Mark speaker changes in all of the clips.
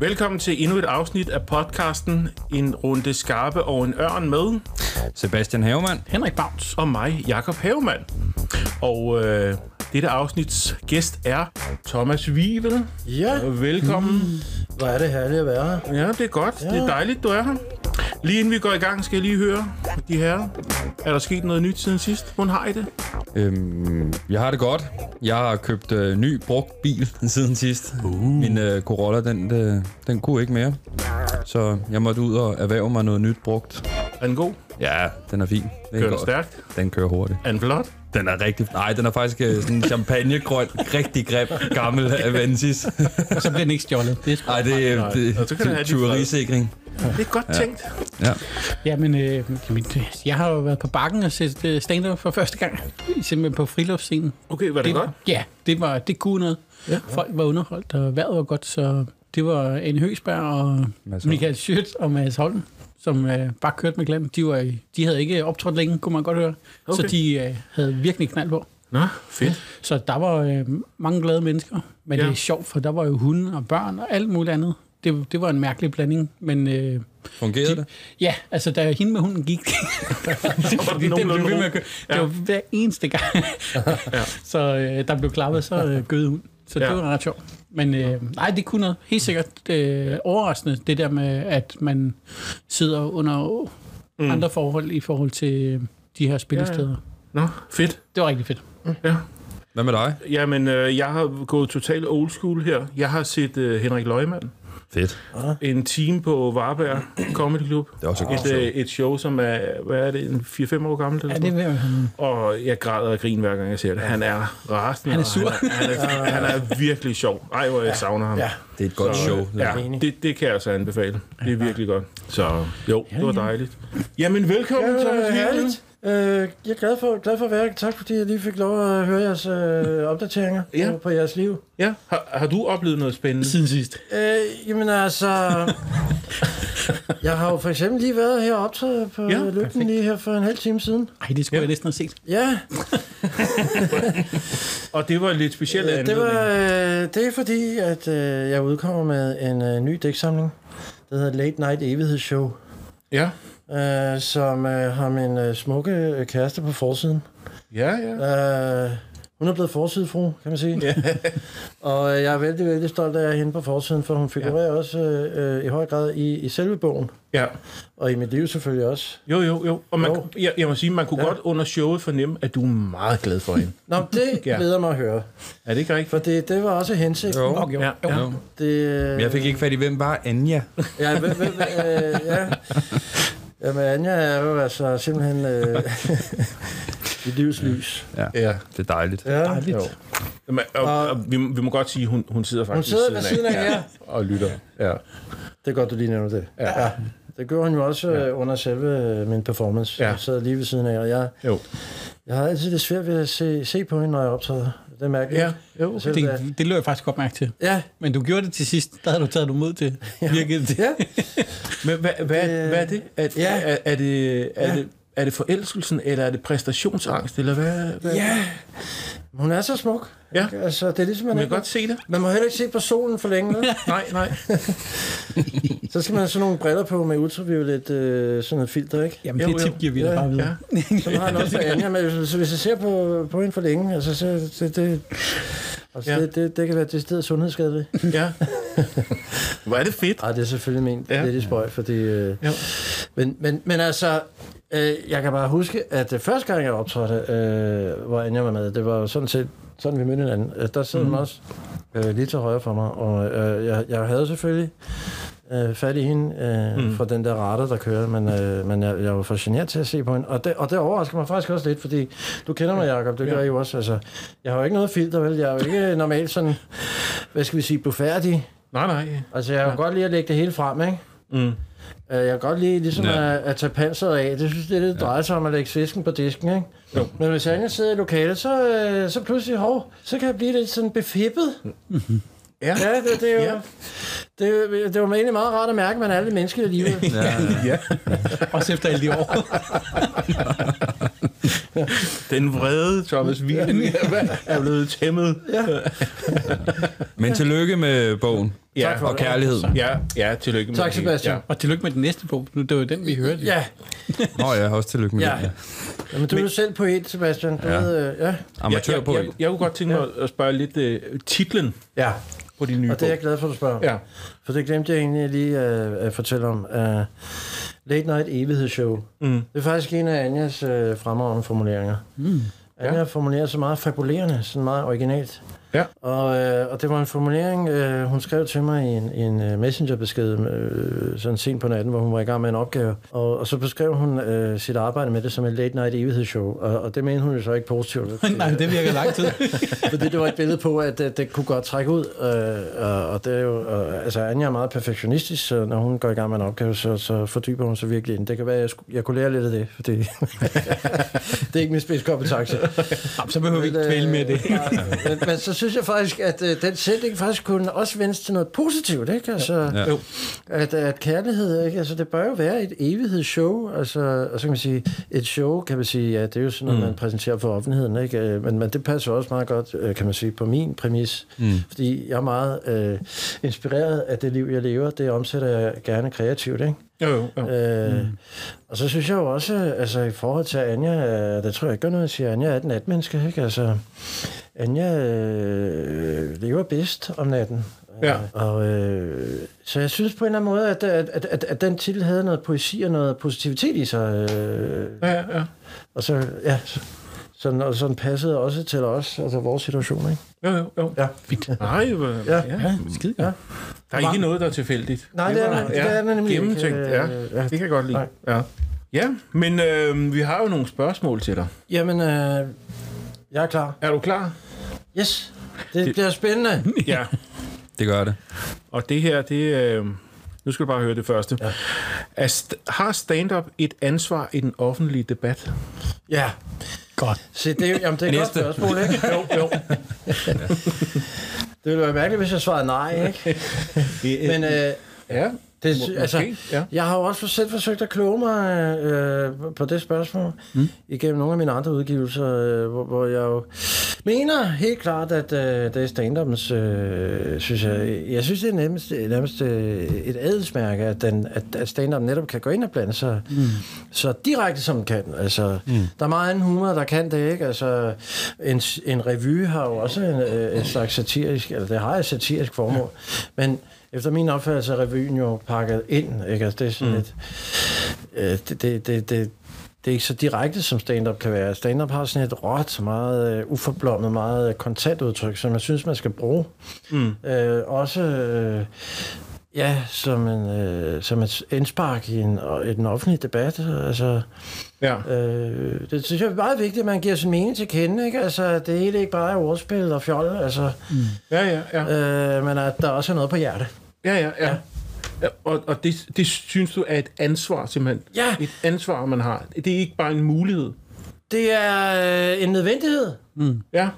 Speaker 1: Velkommen til endnu et afsnit af podcasten En runde skarpe og en ørn med
Speaker 2: Sebastian Havemann.
Speaker 3: Henrik Baums.
Speaker 1: og mig, Jakob Havemann. Og øh, dette afsnits gæst er Thomas Wivel.
Speaker 4: Ja,
Speaker 1: Velkommen.
Speaker 4: hvor er det herligt at være her.
Speaker 1: Ja, det er godt. Mm. Ja. Det er dejligt, du er her. Lige inden vi går i gang, skal jeg lige høre de her. Er der sket noget nyt siden sidst? Hvordan har I det?
Speaker 2: Øhm, jeg har det godt. Jeg har købt øh, ny brugt bil siden sidst. Uh. Min øh, Corolla, den, øh, den kunne ikke mere. Så jeg måtte ud og erhverve mig noget nyt brugt.
Speaker 1: Er den god?
Speaker 2: Ja, den er fin. Den
Speaker 1: Kører den
Speaker 2: går-
Speaker 1: stærkt?
Speaker 2: Den kører hurtigt.
Speaker 1: Er den flot?
Speaker 2: Den er rigtig... Nej, den er faktisk øh, sådan champagnegrøn, rigtig grim, gammel Avensis.
Speaker 3: Og så bliver den ikke stjålet. Det er sgu-
Speaker 2: Nej, det er
Speaker 1: Nej, og så kan den have
Speaker 2: det-
Speaker 1: dit fred.
Speaker 2: tyverisikring.
Speaker 1: Det er godt ja. tænkt.
Speaker 2: Ja.
Speaker 3: Jamen, øh, jamen, det- jeg har jo været på bakken og set øh, stand-up for første gang. Simpelthen på friluftsscenen.
Speaker 1: Okay, var det, det godt?
Speaker 3: Ja, det, var, det kunne noget. Ja. Folk var underholdt, og vejret var godt, så det var en Høsberg og
Speaker 2: Mads Holm.
Speaker 3: Michael Schødt og Mads Holm, som øh, bare kørte med glam. De, var, i- de havde ikke optrådt længe, kunne man godt høre. Okay.
Speaker 1: Okay.
Speaker 3: Så de øh, havde virkelig knald på.
Speaker 1: Nå, fedt.
Speaker 3: Så der var øh, mange glade mennesker. Men ja.
Speaker 1: Ja.
Speaker 3: det er sjovt, for der var jo hunde og børn og alt muligt andet. Det, det var en mærkelig blanding, men... Øh,
Speaker 2: Fungerede det?
Speaker 3: Ja, altså da hende med hunden gik, fordi den blev ved med at køre. Det
Speaker 1: Ja.
Speaker 3: var hver eneste gang. ja. Så øh, der blev klappet, så øh, gøde hun. Så
Speaker 1: Ja.
Speaker 3: det var ret sjovt. Men øh, nej, det kunne noget. Helt sikkert øh, overraskende, det der med, at man sidder under mm. andre forhold i forhold til øh, de her spillesteder. Ja, ja.
Speaker 1: Nå, fedt.
Speaker 3: Det var rigtig fedt.
Speaker 1: Ja.
Speaker 2: Hvad med dig?
Speaker 1: Jamen, øh, jeg har gået totalt old school her. Jeg har set øh, Henrik Løgman,
Speaker 2: Fedt.
Speaker 1: en time på Varberg Comedy Club.
Speaker 2: Det er også et godt
Speaker 1: Et, øh, et show, som er, hvad er det, en 4-5 år gammelt? Eller
Speaker 3: Ja,
Speaker 1: sådan
Speaker 3: det var,
Speaker 1: Og jeg græder og griner hver gang, jeg ser det. Han er rasende.
Speaker 3: Han er
Speaker 1: og
Speaker 3: sur.
Speaker 1: Han er, han er, han er virkelig sjov. Ej, hvor jeg savner ham.
Speaker 4: Ja,
Speaker 2: Det er et godt show. det
Speaker 1: Ja,
Speaker 2: der.
Speaker 1: det, det kan jeg altså anbefale. Det er virkelig godt. Så jo, det var dejligt. Jamen, velkommen,
Speaker 4: ja
Speaker 1: Thomas
Speaker 4: øh,
Speaker 1: Wivel.
Speaker 4: herligt. Øh, jeg er glad for, glad for at være her. Tak fordi jeg lige fik lov at høre jeres øh, opdateringer
Speaker 1: Ja.
Speaker 4: ja. på, på jeres liv.
Speaker 1: Ja, har, har du oplevet noget spændende?
Speaker 3: siden sidst.
Speaker 4: Øh, jamen altså... jeg har jo for eksempel lige været her og optaget på
Speaker 1: Ja,
Speaker 4: ja, lygten lige her for en halv time siden.
Speaker 3: Ej, det skulle ja. jeg næsten have set.
Speaker 4: Ja,
Speaker 1: Og det var en lidt speciel
Speaker 4: øh, det,
Speaker 1: anledning.
Speaker 4: var, øh, det er fordi, at øh, jeg udkommer med en øh, ny dæksamling. Det hedder Late Night Evighedsshow.
Speaker 1: Ja,
Speaker 4: Øh, som øh, har min øh, smukke øh, kæreste på forsiden.
Speaker 1: ja, ja.
Speaker 4: Øh, hun er blevet forsidefru, kan man sige. og øh, jeg er vældig, vældig stolt af at have hende på forsiden, for hun figurerer ja. også øh, øh, i høj grad i, i selve bogen,
Speaker 1: ja.
Speaker 4: og i mit liv selvfølgelig også.
Speaker 1: Jo, jo, jo. Og man,
Speaker 4: Jo.
Speaker 1: Jeg, jeg må sige, man kunne ja. godt under showet fornemme, at du er meget glad for hende.
Speaker 4: Nå, men det
Speaker 1: Ja.
Speaker 4: glæder mig at høre,
Speaker 1: Er det ikke rigtigt?
Speaker 4: for det, det var også hensigten.
Speaker 2: Jo.
Speaker 3: Okay, jo.
Speaker 1: Ja,
Speaker 3: Ja,
Speaker 1: ja.
Speaker 3: ja.
Speaker 2: Jo.
Speaker 4: Det, øh,
Speaker 2: Men jeg fik ikke fat i, hvem var Anja?
Speaker 4: Ja, hvem, hvem, øh, ja. Jamen, Anja er jo altså simpelthen øh, i livs lys.
Speaker 1: Ja.
Speaker 2: Det er dejligt.
Speaker 4: Ja,
Speaker 3: Dejligt.
Speaker 4: jo.
Speaker 1: Jamen, og, og, vi, vi må godt sige, at hun, hun sidder
Speaker 4: Hun
Speaker 1: faktisk
Speaker 4: sidder ved siden af jer.
Speaker 1: og lytter. Ja.
Speaker 4: Det er godt, du lige nævner det.
Speaker 1: Ja.
Speaker 4: ja. Det gjorde hun jo også ja. under selve øh, min performance.
Speaker 1: Ja.
Speaker 4: Ja. Jeg sad lige ved siden af, og jeg,
Speaker 1: Jo.
Speaker 4: jeg har altid lidt svært ved at se, se på hende, når jeg optræder. Det mærker
Speaker 1: Ja.
Speaker 4: jeg.
Speaker 1: Jo.
Speaker 4: Selv, øh,
Speaker 3: Det, det løb jeg faktisk godt mærke til.
Speaker 4: Ja,
Speaker 3: Men du gjorde det til sidst. Der havde du taget du mod til. Virkede det.
Speaker 4: ja.
Speaker 1: Men hvad, hvad, hvad er det? Er, ja.
Speaker 4: Ja.
Speaker 1: er, er, det, er,
Speaker 4: Ja.
Speaker 1: det, er det forelskelsen, eller er det præstationsangst, eller hvad? hvad?
Speaker 4: ja. Hun er så smuk.
Speaker 1: Ja.
Speaker 4: Ikke? Altså, det er ligesom, man,
Speaker 1: Man kan
Speaker 4: ikke,
Speaker 1: godt se det.
Speaker 4: man må heller ikke se på solen for længe. vel?
Speaker 1: Nej, nej.
Speaker 4: så skal man have sådan nogle briller på med ultraviolet øh, sådan noget filter, ikke?
Speaker 3: Jamen,
Speaker 1: Jo,
Speaker 3: det
Speaker 1: jo.
Speaker 3: tip giver vi dig
Speaker 4: Ja,
Speaker 3: bare videre.
Speaker 4: Sådan har han også for Anja, men hvis, hvis jeg ser på, på hende for længe, altså, så det, det, altså,
Speaker 1: Ja.
Speaker 4: ja. det, det, det kan være til stedet sundhedsskadeligt.
Speaker 1: Ja. Hvor er det fedt.
Speaker 4: Ej, det er selvfølgelig ment
Speaker 1: Ja.
Speaker 4: ja. lidt i spøj, fordi... Øh,
Speaker 1: Jo.
Speaker 4: men, men, men altså, øh, jeg kan bare huske, at det første gang, jeg optrådte, øh, hvor Anja var med, det var jo sådan set, sådan vi mødte hinanden. Øh, Der sad hun
Speaker 1: Mhm.
Speaker 4: også øh, lige til højre for mig, og øh, jeg, jeg havde selvfølgelig øh, fat i hende øh,
Speaker 1: Mm.
Speaker 4: mm. fra den der radar, der kører, men, øh, men jeg, jeg var for generet til at se på hende. Og det, og det overrasker mig faktisk også lidt, fordi du kender mig, Jacob, det gør
Speaker 1: Ja.
Speaker 4: ja. jeg jo også. Altså, jeg har jo ikke noget filter, vel? Jeg er jo ikke normalt sådan, hvad skal vi sige, blufærdig.
Speaker 1: Nej, nej.
Speaker 4: Altså, jeg kan ja. godt lide at lægge det hele frem, ikke?
Speaker 1: Mm.
Speaker 4: Øh, Jeg kan godt lide ligesom
Speaker 2: Ja.
Speaker 4: ja. at, at tage panseret af. Det synes jeg, det, det drejer sig om at lægge fisken på disken, ikke?
Speaker 1: Jo.
Speaker 4: Men hvis Anja sidder i lokalet, så, øh, så pludselig, hov, så kan jeg blive lidt sådan befippet.
Speaker 1: Ja.
Speaker 4: Ja, det, det er jo...
Speaker 1: Ja.
Speaker 4: Ja. Det, det er jo egentlig meget rart at mærke, at man er lidt menneske alligevel.
Speaker 1: ja.
Speaker 3: Også efter alle de år.
Speaker 1: Den vrede Thomas Wien er blevet tæmmet.
Speaker 2: Men tillykke med bogen.
Speaker 1: Ja,
Speaker 4: tak for
Speaker 2: Og
Speaker 4: det.
Speaker 2: kærlighed.
Speaker 1: Ja, ja, tillykke med
Speaker 4: Tak,
Speaker 1: det hele.
Speaker 4: Sebastian.
Speaker 3: Og tillykke med den næste bog. Nu, det var jo den, vi hørte.
Speaker 4: Ja,
Speaker 2: Nå ja, også tillykke med
Speaker 4: Ja.
Speaker 2: det.
Speaker 4: Jamen, du er jo selv poet, Sebastian. Du ja. ved, øh, ja.
Speaker 2: Amatør på
Speaker 1: jeg, jeg, jeg kunne godt tænke mig at spørge lidt uh, titlen
Speaker 4: ja.
Speaker 1: på din nye
Speaker 4: Og det er jeg
Speaker 1: bog.
Speaker 4: glad for, at du spørger. om.
Speaker 1: Ja.
Speaker 4: For det glemte jeg egentlig lige øh, at fortælle om. Uh, Late Night Evighedsshow. Mm. Det er faktisk en af Anjas øh, fremragende formuleringer. Mm. Anja ja. formulerer så meget fabulerende, sådan meget originalt.
Speaker 1: Ja.
Speaker 4: Og, øh, og det var en formulering, øh, hun skrev til mig i en, i en øh, messengerbesked, øh, sådan sent på natten, hvor hun var i gang med en opgave. Og, og så beskrev hun øh, sit arbejde med det som et late night evighedsshow, og, og det mente hun jo så ikke positivt.
Speaker 3: Nej, det virker lang tid.
Speaker 4: Fordi det var et billede på, at det, det kunne godt trække ud. Øh, og, og det er jo, øh, altså Anja er meget perfektionistisk, så når hun går i gang med en opgave, så, så fordyber hun sig virkelig i den. Det kan være, at jeg, skulle, jeg kunne lære lidt af det, fordi det er ikke min spidskompetence. øh,
Speaker 3: Jamen, så behøver vi ikke dvæle med det.
Speaker 4: men, men så synes jeg faktisk, at øh, den sætning faktisk kunne også vendes til noget positivt, ikke? Altså, ja.
Speaker 2: Ja.
Speaker 4: At, at kærlighed, ikke? Altså, det bør jo være et evighedsshow, altså, og så kan man sige, et show, kan man sige, ja, det er jo sådan noget, mm. man præsenterer for offentligheden, ikke? Øh, Men, men det passer også meget godt, øh, kan man sige, på min præmis, mm. fordi jeg er meget øh, inspireret af det liv, jeg lever, det omsætter jeg gerne kreativt, ikke?
Speaker 1: Jo, jo, jo.
Speaker 4: Øh, mm. Og så synes jeg jo også, altså i forhold til Anja, øh, der tror jeg ikke, at jeg siger, Anja er et natmenneske, ikke? Altså, Anja øh, lever bedst om natten.
Speaker 1: Ja.
Speaker 4: Øh, Og, øh, så jeg synes på en eller anden måde, at, at, at, at, at den titel havde noget poesi og noget positivitet i sig. Øh,
Speaker 1: Ja, ja, ja.
Speaker 4: og så, ja, så- sådan, og sådan passede også til os, altså vores situation, ikke?
Speaker 1: Jo, jo, jo.
Speaker 4: Ja.
Speaker 3: Fint.
Speaker 1: Nej, ja.
Speaker 4: Ja.
Speaker 1: ja.
Speaker 3: Skide godt.
Speaker 1: Der er ikke noget, der er tilfældigt.
Speaker 4: Nej, det er der- det er der nemlig ikke.
Speaker 1: Gennemtænkt, ja.
Speaker 4: Øh, ja.
Speaker 1: Det kan jeg godt lide.
Speaker 4: Nej.
Speaker 1: Ja. Ja, men øh, vi har jo nogle spørgsmål til dig.
Speaker 4: Jamen, øh, jeg er klar.
Speaker 1: Er du klar?
Speaker 4: Yes, det, det bliver spændende.
Speaker 1: Ja.
Speaker 2: Det gør det.
Speaker 1: Og det her, det... Øh, nu skal du bare høre det første. Ja. Er st- har stand-up et ansvar i den offentlige debat?
Speaker 4: Ja,
Speaker 3: Godt.
Speaker 4: Se, det, er jo- jamen, det er et godt
Speaker 2: Næste.
Speaker 4: spørgsmål, ikke? jo, jo. det ville være mærkeligt, hvis jeg svarede nej, ikke? Men øh,
Speaker 1: ja,
Speaker 4: det,
Speaker 1: må-
Speaker 4: altså,
Speaker 1: måske, ja.
Speaker 4: jeg har jo også selv forsøgt at kloge mig øh, på det spørgsmål mm. igennem nogle af mine andre udgivelser, øh, hvor, hvor jeg jo mener helt klart, at øh, det er stand øh, synes jeg, jeg synes, det er nærmest, nærmest øh, et adelsmærke, at, den, at, at stand netop kan gå ind og blande sig mm. så direkte, som den kan. Altså, mm. Der er meget anden humor, der kan det, ikke? Altså, en, en revy har jo også en, øh, en slags satirisk, eller det har et satirisk formål, men efter min opfattelse er revyen jo pakket ind, ikke? Altså, det er sådan mm. lidt... Øh, det, det, det, det, det er ikke så direkte, som stand-up kan være. Stand-up har sådan et råt, meget uh, uforblommet, meget øh, kontant udtryk, som jeg synes, man skal bruge. Mm. Øh, også øh, ja, som, en, øh, som et indspark i en, og- i den offentlige debat. Altså,
Speaker 1: Ja.
Speaker 4: øh, det synes jeg er meget vigtigt, at man giver sin mening til kende. Ikke? Altså, det hele ikke bare er ordspil og fjol, altså,
Speaker 1: Ja, ja, ja.
Speaker 4: øh, men at der også er noget på hjerte.
Speaker 1: Ja, ja, ja. ja og og det, det synes du er et ansvar, simpelthen?
Speaker 4: Ja.
Speaker 1: Et ansvar, man har. Det er ikke bare en mulighed.
Speaker 4: Det er øh, en nødvendighed.
Speaker 1: Ja.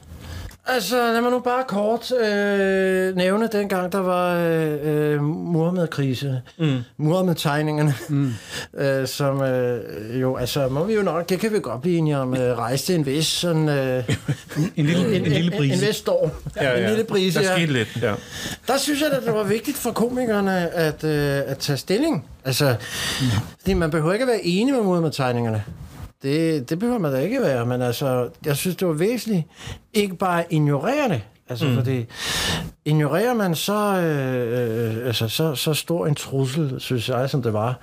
Speaker 4: Altså, lad mig nu bare kort øh, nævne dengang, der var øh, øh, Muhammed-krise. Mm. Muhammed-tegningerne, mm. øh, som øh, jo, altså, må vi jo nok, det kan vi godt blive enige om, øh, rejste en vis sådan... Øh,
Speaker 3: En lille, en, en lille
Speaker 4: En, en
Speaker 3: brise.
Speaker 4: vis storm.
Speaker 1: ja, ja.
Speaker 4: En lille brise,
Speaker 1: Der
Speaker 4: ja.
Speaker 1: skete lidt, ja.
Speaker 4: Der synes jeg, at det var vigtigt for komikerne at, øh, at tage stilling. Altså, fordi man behøver ikke at være enig med mod med tegningerne. Det, det behøver man da ikke være, men altså, jeg synes, det var væsentligt ikke bare at ignorere det. Altså, mm. fordi ignorerer man så, øh, øh, altså, så, så stor en trussel, synes jeg, som det var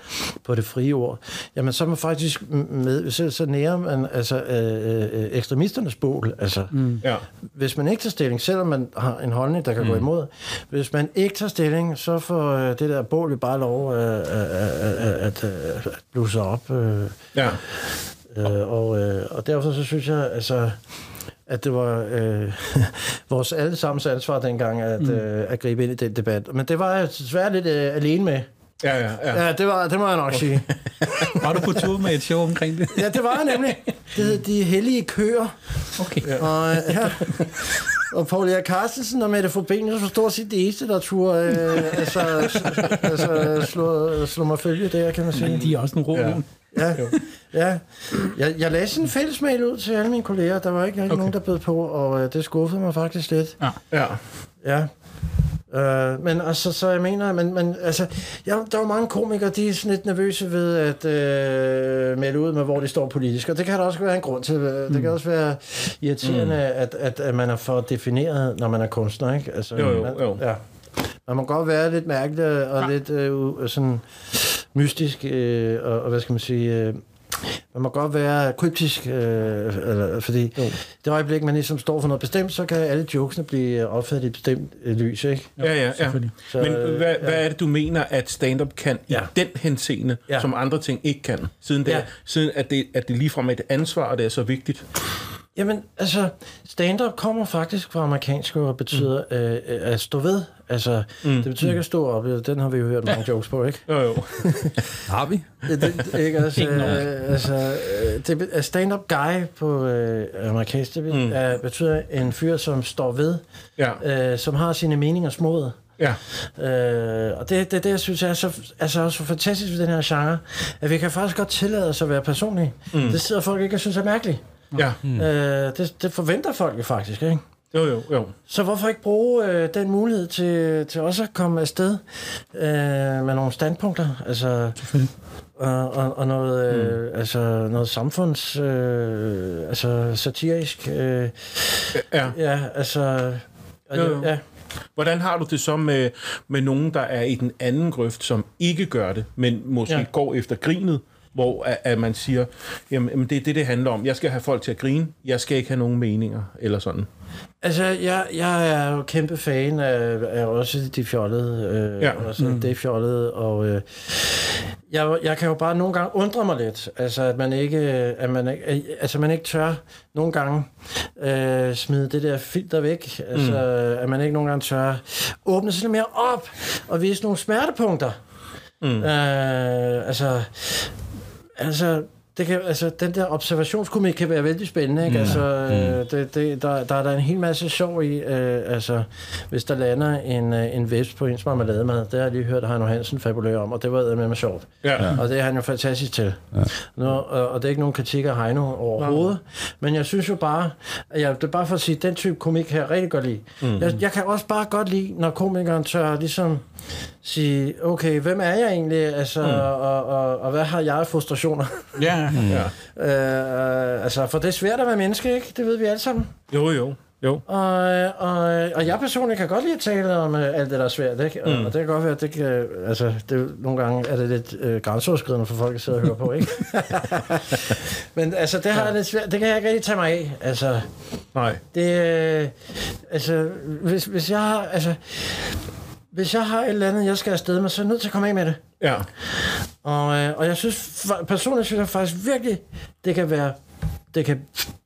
Speaker 4: på det frie ord, jamen så er man faktisk med, så, så nærer man altså, øh, øh, ekstremisternes bål. Altså, mm
Speaker 1: ja.
Speaker 4: hvis man ikke tager stilling, selvom man har en holdning, der kan mm. gå imod, hvis man ikke tager stilling, så får øh, det der bål jo bare lov øh, øh, øh, øh, at øh, at blusse op. Øh,
Speaker 1: Ja.
Speaker 4: øh, og, øh, og derfor så synes jeg, altså, at det var øh, vores allesammens ansvar dengang at, mm. øh, at gribe ind i den debat. Men det var jeg desværre lidt øh, alene med.
Speaker 1: Ja, ja, ja.
Speaker 4: Ja, det, var, det må jeg nok sige.
Speaker 3: Var du på tur med et show omkring det?
Speaker 4: Ja, det var jeg nemlig. Det hed De Hellige Køer.
Speaker 3: Okay.
Speaker 4: Og, øh, ja. og Paul Erik Carstensen og Mette Forbenius var stort set det eneste, der turde øh, altså, s- altså, slå, slå mig følge der, kan man sige.
Speaker 3: De er også en rå
Speaker 1: Ja.
Speaker 3: ja.
Speaker 4: Ja, ja. Jeg, jeg lagde sådan en fælles mail ud til alle mine kolleger. Der var ikke rigtig okay. nogen, der bød på, og øh, det skuffede mig faktisk lidt.
Speaker 1: ja.
Speaker 4: Ja. Øh, men altså, så jeg mener, men, men altså, ja, der er jo mange komikere, de er sådan lidt nervøse ved at øh, melde ud med, hvor de står politisk, og det kan der også være en grund til. Øh, Det kan også være irriterende, mm. at, at, at man er for defineret, når man er kunstner, ikke? Altså,
Speaker 1: Jo, jo,
Speaker 4: man,
Speaker 1: jo.
Speaker 4: Ja. Man må godt være lidt mærkelig og ja. lidt øh, u- sådan mystisk, øh, og, og hvad skal man sige... Øh, man må godt være kryptisk, øh, eller, fordi jo. det øjeblik, man ligesom står for noget bestemt, så kan alle jokesene blive opfattet i et bestemt øh, lys, ikke?
Speaker 1: Ja, ja, ja.
Speaker 3: selvfølgelig.
Speaker 4: Så,
Speaker 1: Men
Speaker 4: øh,
Speaker 1: hvad, hvad er det, du mener, at stand-up kan ja. i
Speaker 4: Ja.
Speaker 1: den henseende, ja.
Speaker 4: Ja.
Speaker 1: som andre ting ikke kan? Siden, det, ja.
Speaker 4: Ja.
Speaker 1: er, siden at, det, at det ligefrem er et ansvar, og det er så vigtigt.
Speaker 4: Jamen, altså, stand-up kommer faktisk fra amerikansk og betyder mm. øh, øh, at stå ved. Altså, mm. det betyder ikke at stå op. Den har vi jo hørt mange jokes på, ikke?
Speaker 1: Jo, jo.
Speaker 2: Har vi?
Speaker 4: Det, det, ikke altså,
Speaker 3: Ingen
Speaker 4: øh, altså øh, det, be- at stand-up guy på øh, amerikansk, det be-
Speaker 1: Mm.
Speaker 4: er, betyder en fyr, som står ved,
Speaker 1: Ja,
Speaker 4: øh, som har sine meninger smået.
Speaker 1: ja.
Speaker 4: Øh, og det, det, det, jeg synes er så, altså, er så fantastisk ved den her genre, at vi kan faktisk godt tillade os at være personlige. Mm. Det sidder folk ikke og synes er mærkeligt.
Speaker 1: ja.
Speaker 4: Mm. Øh, det, det forventer folk jo faktisk, ikke?
Speaker 1: Jo, jo, jo.
Speaker 4: Så hvorfor ikke bruge øh, den mulighed til, til også at komme afsted øh, med nogle standpunkter? Altså, og, og, og noget, øh, mm. altså, noget samfunds... Øh, altså satirisk... Øh,
Speaker 1: Ja.
Speaker 4: ja, altså... og
Speaker 1: Jo,
Speaker 4: det-
Speaker 1: jo.
Speaker 4: Ja,
Speaker 1: Hvordan har du det så med, med nogen, der er i den anden grøft, som ikke gør det, men måske ja.
Speaker 4: Ja.
Speaker 1: går efter grinet, hvor at, at man siger, jamen jamen, det er det, det handler om. Jeg skal have folk til at grine, jeg skal ikke have nogen meninger, eller sådan.
Speaker 4: Altså, jeg, jeg er jo kæmpe fan af, af også de fjollede, øh,
Speaker 1: Ja.
Speaker 4: ja. også mm. det fjollede, og øh, jeg, jeg kan jo bare nogle gange undre mig lidt, altså at man ikke, at man ikke, at- altså, man ikke tør nogle gange øh, smide det der filter væk, altså mm. at man ikke nogle gange tør åbne sig lidt mere op og vise nogle smertepunkter.
Speaker 1: Mm.
Speaker 4: Mm. Øh, altså, altså, det kan, altså, den der observationskomik kan være vældig spændende, ikke? Altså, øh, det, det, der, der er der en hel masse sjov i, øh, altså, hvis der lander en, øh, en vesp på ens marmelademad, det har jeg lige hørt Heino Hansen fabulere om, og det var med mig sjovt.
Speaker 1: Ja. ja.
Speaker 4: Og det er han jo fantastisk til. Ja. Nå, og, og det er ikke nogen kritik af Heino overhovedet. Men jeg synes jo bare, at jeg, det er bare for at sige, at den type komik kan jeg rigtig godt lide. Mm. Jeg, jeg kan også bare godt lide, når komikeren tør ligesom sige, okay, hvem er jeg egentlig? Altså, mm. og, og, og hvad har jeg af frustrationer?
Speaker 3: Ja,
Speaker 1: Mm. ja.
Speaker 4: øh, altså, for det er svært at være menneske, ikke? Det ved vi alle sammen.
Speaker 1: Jo, jo, jo.
Speaker 4: Og, og, og jeg personligt kan godt lide at tale om øh, alt det, der er svært, ikke? Og, mm. og det kan godt være, at det kan, altså, det, er jo- nogle gange er det lidt øh, grænseoverskridende for folk at sidde og høre på, ikke? Men altså, det har jeg lidt svært, det kan jeg ikke rigtig tage mig af, altså.
Speaker 1: Nej.
Speaker 4: Det, øh, altså, hvis, hvis jeg har, altså, hvis jeg har et eller andet, jeg skal afsted med, så er jeg nødt til at komme af med det.
Speaker 1: Ja.
Speaker 4: Og, øh, og jeg synes, fa- personligt synes jeg faktisk virkelig, det kan være, det kan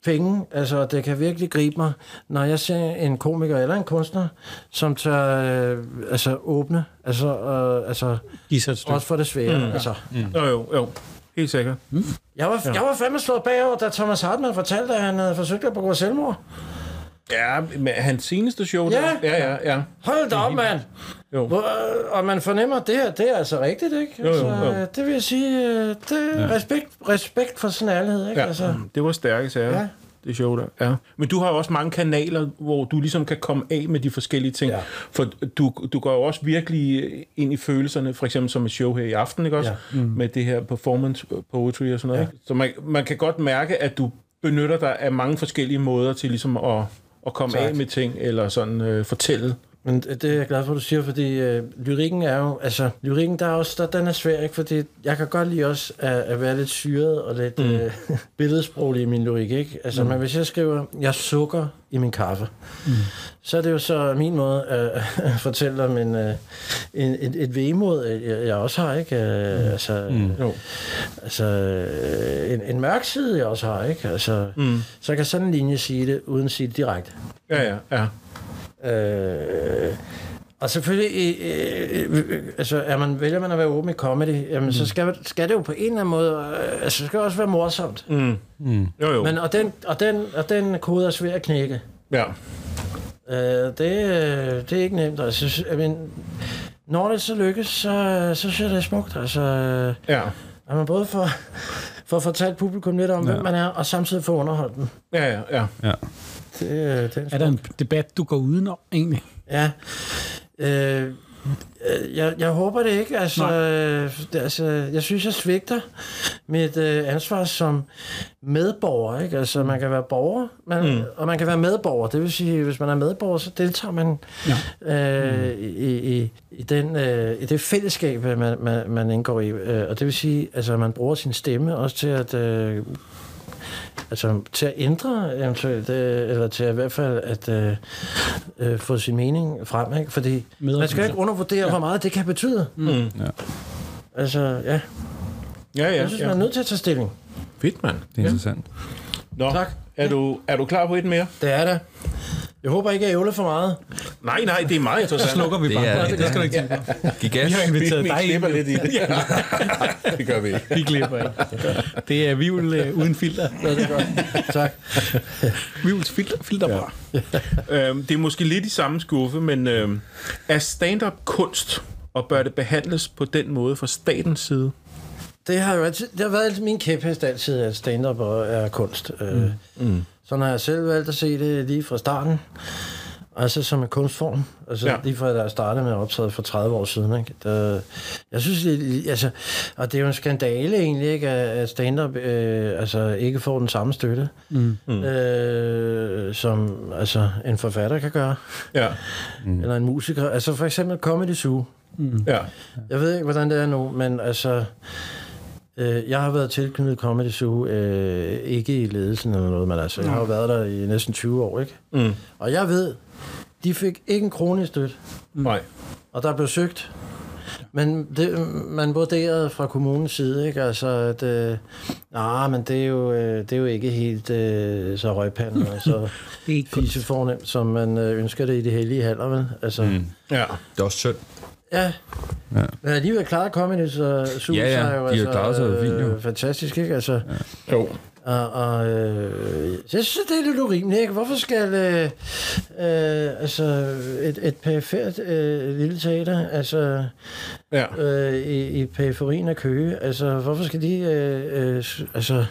Speaker 4: penge, altså det kan virkelig gribe mig, når jeg ser en komiker eller en kunstner, som tør øh, altså, åbne, altså, øh, altså
Speaker 3: Giv sig et stykke.
Speaker 4: også for det svære. Mm, altså.
Speaker 1: Jo, jo, jo. Helt sikkert.
Speaker 4: jeg, var, jeg var fandme slået bagover, da Thomas Hartmann fortalte, at han havde forsøgt at begå selvmord.
Speaker 1: Ja, men hans seneste show,
Speaker 4: Ja.
Speaker 1: der, ja, ja, ja.
Speaker 4: Hold da op, mand!
Speaker 1: Mm. Jo.
Speaker 4: Hvor, øh, og man fornemmer, at det her, det er altså rigtigt, ikke?
Speaker 1: Jo, jo,
Speaker 4: Altså,
Speaker 1: jo.
Speaker 4: Det vil jeg sige, øh, det er respekt, respekt for sådan en ærlighed, ikke?
Speaker 1: Ja, Mm.
Speaker 4: Altså,
Speaker 1: det var stærke sager. Ja.
Speaker 4: Ja.
Speaker 1: Det show der. Ja. Men du har jo også mange kanaler, hvor du ligesom kan komme af med de forskellige ting. Ja.
Speaker 4: Ja.
Speaker 1: For du, du går jo også virkelig ind i følelserne, for eksempel som et show her i aften, ikke også? Ja.
Speaker 4: Ja.
Speaker 1: Mm. Med det her performance øh, poetry og sådan noget. Ja. Ikke? Så man, man kan godt mærke, at du benytter dig af mange forskellige måder til ligesom at, at komme tak.
Speaker 4: Tak.
Speaker 1: af med ting, eller sådan øh, fortælle.
Speaker 4: Men det er jeg glad for, at du siger, fordi øh, lyrikken er jo, altså, lyrikken der er også, der, den er svær, ikke? Fordi jeg kan godt lide også at, at være lidt syret og lidt mm. øh, billedsproglig i min lyrik, ikke? Altså, mm. men hvis jeg skriver, jeg sukker i min kaffe, mm. så er det jo så min måde at, at fortælle om en, øh, en, et, et vemod, øh, jeg, jeg også har, ikke? Øh, altså, mm.
Speaker 1: Jo.
Speaker 4: altså øh, en, en mørk side, jeg også har, ikke? Altså, mm. så kan sådan en linje sige det, uden at sige det direkte.
Speaker 1: Ja, ja, ja.
Speaker 4: Øh, og selvfølgelig, øh, øh, øh, altså, er man, vælger man at være åben i comedy, jamen, mm. så skal, skal det jo på en eller anden måde, øh, altså, det skal også være morsomt. Mm.
Speaker 1: Jo, jo. Men,
Speaker 4: Men, og, den, og, den, og den kode er svær at knække.
Speaker 1: ja.
Speaker 4: Øh, det, øh, det er ikke nemt. Altså, sy- jeg men, når det så lykkes, så, så synes jeg, det er smukt. Altså, øh,
Speaker 1: Ja.
Speaker 4: at man både får, får fortalt publikum lidt om, ja. hvem man er, og samtidig får underholdt dem.
Speaker 1: Ja, ja, ja.
Speaker 2: Ja.
Speaker 4: Det, øh, det er en
Speaker 3: Er der en debat, du går udenom egentlig?
Speaker 4: Ja. Øh, øh, jeg, jeg håber det ikke. Altså,
Speaker 1: Nej.
Speaker 4: øh, det, altså, jeg synes, jeg svigter mit øh, ansvar som medborger. Ikke? Altså, man kan være borger, man, mm. og man kan være medborger. Det vil sige, hvis man er medborger, så deltager man ja. øh, i, i, i, den, øh, i det fællesskab, øh, man, man, man indgår i. Øh, og det vil sige, at altså, man bruger sin stemme også til at... Øh, altså til at ændre eventuelt, øh, eller til i hvert fald at øh, øh, få sin mening frem, ikke? Fordi
Speaker 3: Med-
Speaker 4: man skal ikke undervurdere, ja. hvor meget det kan betyde. Mm.
Speaker 2: Ja.
Speaker 4: Altså, ja.
Speaker 1: Ja, ja.
Speaker 4: Jeg synes,
Speaker 1: ja.
Speaker 4: man er nødt til at tage stilling.
Speaker 1: Fedt, mand.
Speaker 2: Det er interessant.
Speaker 1: Nå,
Speaker 4: Tak.
Speaker 1: Er, du, er du klar på et mere?
Speaker 4: Det er det. Jeg håber ikke, jeg ævler for meget.
Speaker 1: Nej, nej, det er meget interessant.
Speaker 3: Slukker vi
Speaker 5: Det
Speaker 3: bare.
Speaker 5: er-
Speaker 3: det, det skal du ikke tænke på.
Speaker 5: Giv gas.
Speaker 3: Vi har inviteret
Speaker 1: vi
Speaker 3: dig
Speaker 1: klipper
Speaker 3: ind.
Speaker 1: lidt i det. Ja. det gør vi ikke.
Speaker 3: Vi klipper ikke. Det er vivl øh, uden filter.
Speaker 4: Tak.
Speaker 3: Vivls filter, filterbar.
Speaker 1: Øhm, det er måske lidt i samme skuffe, men øhm, er stand-up kunst, og bør det behandles på den måde fra statens side?
Speaker 4: Det har jo altid, det har været altid min kæphest altid, at stand-up og- er kunst. Mm. Mm. Sådan har jeg selv valgt at se det lige fra starten. Altså som en kunstform. Altså
Speaker 1: Ja.
Speaker 4: ja. lige fra da jeg startede med at optræde for 30 år siden. Ikke? Der, jeg synes, det, altså, og det er jo en skandale egentlig, ikke, at at stand-up øh, altså, ikke får den samme støtte, mm. øh, som altså, en forfatter kan gøre,
Speaker 1: Ja,
Speaker 4: mm. eller en musiker. Altså for eksempel Comedy Zoo.
Speaker 1: ja.
Speaker 4: Jeg ved ikke, hvordan det er nu, men altså... Øh, jeg har været tilknyttet Comedy Zoo, øh, ikke i ledelsen eller noget, men altså, jeg har jo været der i næsten 20 år, ikke?
Speaker 1: Mm.
Speaker 4: Og jeg ved, de fik ikke en krone i støtte,
Speaker 1: Nej.
Speaker 4: og der blev søgt. Men det, man vurderede fra kommunens side, ikke? Altså, at... Øh, nej, men det er, jo, øh, det er jo ikke helt øh, så højpanden og så
Speaker 3: Det er ikke kunst.
Speaker 4: fisefornemt, som man øh, ønsker det i det hellige halder, vel? Altså, mm.
Speaker 1: Ja.
Speaker 2: Det er også synd.
Speaker 4: Ja. ja. Men alligevel klarer Comedy så Super
Speaker 2: Ja, ja,
Speaker 4: sig jo altså,
Speaker 2: de har klaret sig jo fint, jo.
Speaker 4: øh, fantastisk, ikke? Altså, ja.
Speaker 1: Jo.
Speaker 4: og, og, øh, jeg synes, det er lidt urimeligt, ikke? Hvorfor skal øh, øh, altså, et, et perifært øh, lille teater, altså
Speaker 1: Ja.
Speaker 4: øh, i, i periferien af Køge, altså hvorfor skal de øh, øh, s- altså,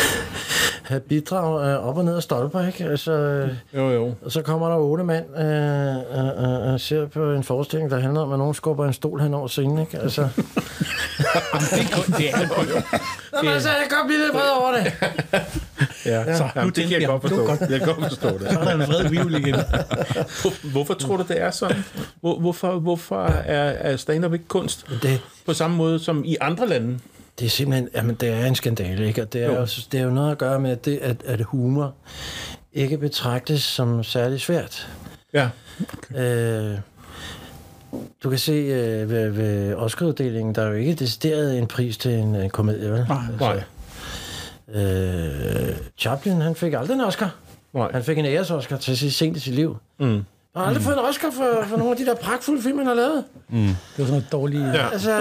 Speaker 4: have bidrag øh, op og ned af stolper, ikke? Altså, øh,
Speaker 1: Jo, jo.
Speaker 4: og så kommer der otte mand øh, og, og, og ser på en forestilling, der handler om, at nogen skubber en stol hen over scenen, ikke? Altså,
Speaker 3: Det er kun, det er kun.
Speaker 4: Nå, men altså, jeg kan godt blive lidt vred over det.
Speaker 1: Ja. Så, Jamen, det kan jeg
Speaker 3: tænker
Speaker 1: godt
Speaker 3: jeg,
Speaker 1: forstå.
Speaker 3: det var
Speaker 1: Jeg kan godt forstå det.
Speaker 3: Så er der en vred vivl igen.
Speaker 1: Hvor- Hvorfor tror du, det er sådan? Hvor, hvorfor hvorfor er, er stand-up ikke kunst
Speaker 4: det.
Speaker 1: på samme måde som i andre lande?
Speaker 4: Det er simpelthen, jamen det er en skandale, ikke? Og det er
Speaker 1: Jo.
Speaker 4: jo, også, det er jo noget at gøre med, at, det, at, at humor ikke betragtes som særlig svært.
Speaker 1: Ja.
Speaker 4: Øh, du kan se øh, ved, ved Oscar-uddelingen, der er jo ikke decideret en pris til en, en komedie, vel?
Speaker 3: Altså,
Speaker 4: Altså,
Speaker 1: Nej.
Speaker 4: Øh, Chaplin, han fik aldrig en Oscar.
Speaker 1: Nej.
Speaker 4: Han fik en æres-Oscar til sit sent i sit liv.
Speaker 1: Mm.
Speaker 4: Han har aldrig fået en Oscar for, for nogle af de der pragtfulde film, han har lavet.
Speaker 3: Det var sådan noget dårligt.
Speaker 1: Ja.
Speaker 4: Altså,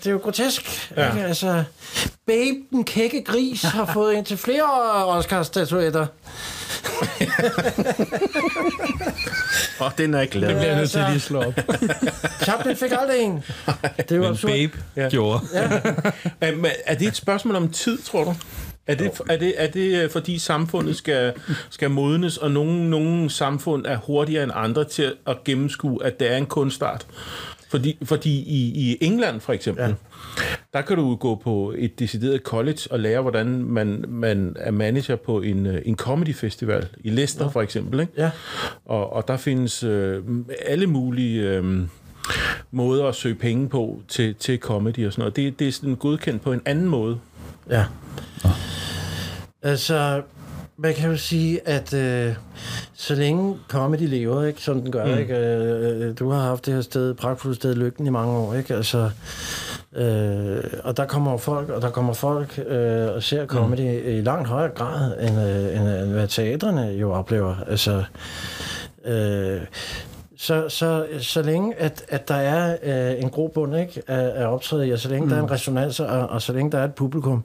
Speaker 4: det er jo grotesk.
Speaker 1: Ja.
Speaker 4: Ja. Ikke? Altså, Babe, den kække gris, har fået indtil flere Oscar-statuetter.
Speaker 1: Og den er ikke lavet.
Speaker 3: Det er nødt til lige at slå op.
Speaker 4: Chaplin fik aldrig en. Det var
Speaker 2: Men
Speaker 4: absurd.
Speaker 2: Babe ja. gjorde.
Speaker 1: Er, men er det et spørgsmål om tid, tror du? Er det, er det, er det øh, fordi samfundet skal, skal modnes, og nogen, nogen samfund er hurtigere end andre til at gennemskue, at det er en kunstart? Fordi, fordi i, i England for eksempel, ja. der kan du gå på et decideret college og lære, hvordan man, man er manager på en, øh, en comedy festival i Leicester ja. for eksempel. Ikke?
Speaker 4: Ja.
Speaker 1: Og, og der findes øh, alle mulige øh, måder at søge penge på til, til comedy og sådan noget. Det, det er sådan godkendt på en anden måde.
Speaker 4: Ja. Altså, man kan jo sige, at øh, så længe comedy lever, ikke, som den gør, mm. ikke, øh, øh, du har haft det her sted, pragtfuldt sted, Lygten, i mange år, ikke, altså, øh, og der kommer jo folk, og der kommer folk øh, og ser comedy mm. i langt højere grad, end, øh, end, end hvad teatrene jo oplever, altså, øh, så, så, så længe, at, at der er øh, en grobund ikke, af, af optræde, og så længe mm. der er en resonans, og, og så længe der er et publikum,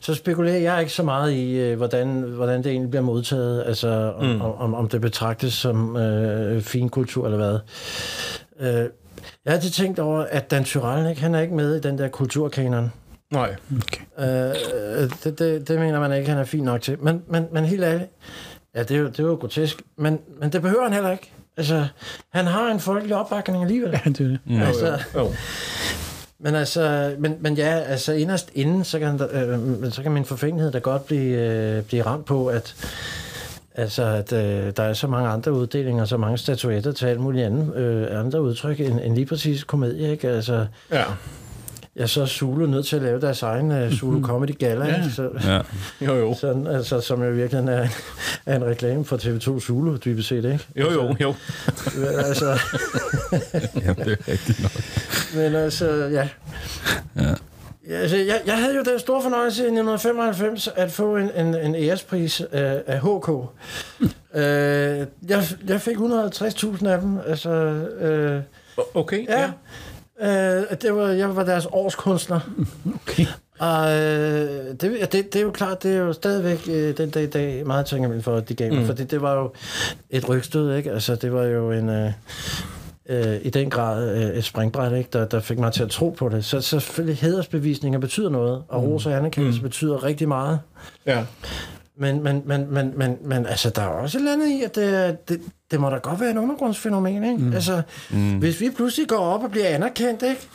Speaker 4: så spekulerer jeg ikke så meget i, øh, hvordan, hvordan det egentlig bliver modtaget, altså om, mm. om, om det betragtes som øh, fin kultur eller hvad. Øh, jeg har altid tænkt over, at Dan Tyrell, ikke, han er ikke med i den der kulturkanon.
Speaker 1: Nej.
Speaker 3: Okay.
Speaker 4: Øh, øh, det, det, det mener man ikke, han er fin nok til. Men, men, men helt ærligt, ja, det er, jo, det er jo grotesk, men, men det behøver han heller ikke. Altså, han har en folkelig opbakning alligevel.
Speaker 3: Ja, det er det.
Speaker 4: Mm. Altså,
Speaker 1: Jo.
Speaker 4: men altså, men, men ja, altså inderst inden, så kan, der, øh, men så kan min forfængelighed da godt blive, øh, blive ramt på, at, altså, at øh, der er så mange andre uddelinger, så mange statuetter til alt muligt andet, øh, andre udtryk end, end lige præcis komedie, ikke? Altså,
Speaker 1: Ja.
Speaker 4: ja, så er Zulu nødt til at lave deres egen øh, Zulu Comedy Gala,
Speaker 3: Mhm. Ja.
Speaker 4: ikke? Så,
Speaker 2: Ja.
Speaker 1: Jo, jo.
Speaker 4: sådan, altså, som jo virkelig er, en- er en reklame for TV2 Zulu, dybest set, ikke?
Speaker 1: Jo, jo, jo.
Speaker 4: altså,
Speaker 2: Jamen, det er rigtigt nok.
Speaker 4: Men altså, ja.
Speaker 2: Ja.
Speaker 4: Ja, altså, jeg, jeg havde jo den store fornøjelse i 1995 at få en, en, en æres-pris øh, af HK. øh, jeg, jeg fik 150.000 af dem. Altså, øh,
Speaker 1: Okay, ja.
Speaker 4: ja. Øh, det var, jeg var deres årskunstner.
Speaker 3: Okay.
Speaker 4: Og øh, det, ja, det, det er jo klart, det er jo stadigvæk øh, den dag i dag meget taknemmelig for, at de gav mig. Mm. Fordi det var jo et rygstød, ikke? Altså, det var jo en... Øh, øh, i den grad øh, et springbræt, ikke? Der, der fik mig til at tro på det. Så, så selvfølgelig hedersbevisninger betyder noget, og mm. ros og anerkendelse mm. betyder rigtig meget.
Speaker 1: ja.
Speaker 4: Men, men, men, men, men, men altså, der er også et eller andet i, at det, er- det, det må da godt være et undergrundsfænomen, ikke? Mm. Altså, mm. hvis vi pludselig går op og bliver anerkendt, ikke?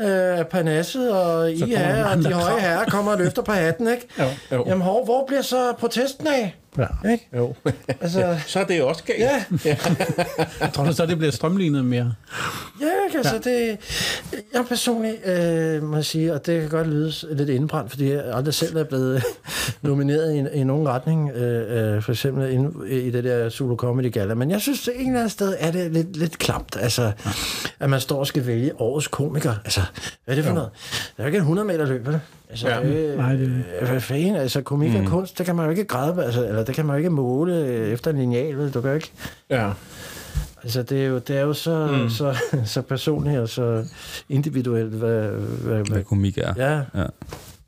Speaker 4: Øh, af Parnasset og I
Speaker 3: kommer
Speaker 4: her,
Speaker 3: nogle
Speaker 4: og
Speaker 3: andre
Speaker 4: de høje herrer kommer og løfter på hatten, ikke?
Speaker 3: Jo.
Speaker 1: Jo.
Speaker 4: Jamen, hov, hvor bliver så protesten af?
Speaker 3: Ja.
Speaker 4: Ikke?
Speaker 1: Jo.
Speaker 4: Altså,
Speaker 1: Så er det også galt.
Speaker 4: ja.
Speaker 3: Jeg tror du så, det bliver strømlignet mere?
Speaker 4: Ja, ikke? altså det... Jeg personligt øh, må jeg sige, og det kan godt lyde lidt indbrændt, fordi jeg aldrig selv er blevet nomineret i, i nogen retning, øh, øh, for eksempel inde, i det der Zulu Comedy Gala, men jeg synes, at en eller anden sted er det lidt, lidt klamt, altså, at man står og skal vælge årets komiker. Altså, hvad er det for noget? Der er jo ikke en 100 meter løb, vel? Altså,
Speaker 1: Ja.
Speaker 4: øh,
Speaker 3: Nej, det-
Speaker 4: Øh, Hvad fanden, altså komik og kunst, det kan man jo ikke græde, altså, eller det kan man jo ikke måle øh, efter en lineal, vel? du kan jo ikke
Speaker 1: Ja.
Speaker 4: Altså, det er jo, det er jo så, mm. så, så personligt og så individuelt, hvad... hvad, hvad
Speaker 2: Hvad komik er.
Speaker 4: ja,
Speaker 2: Ja.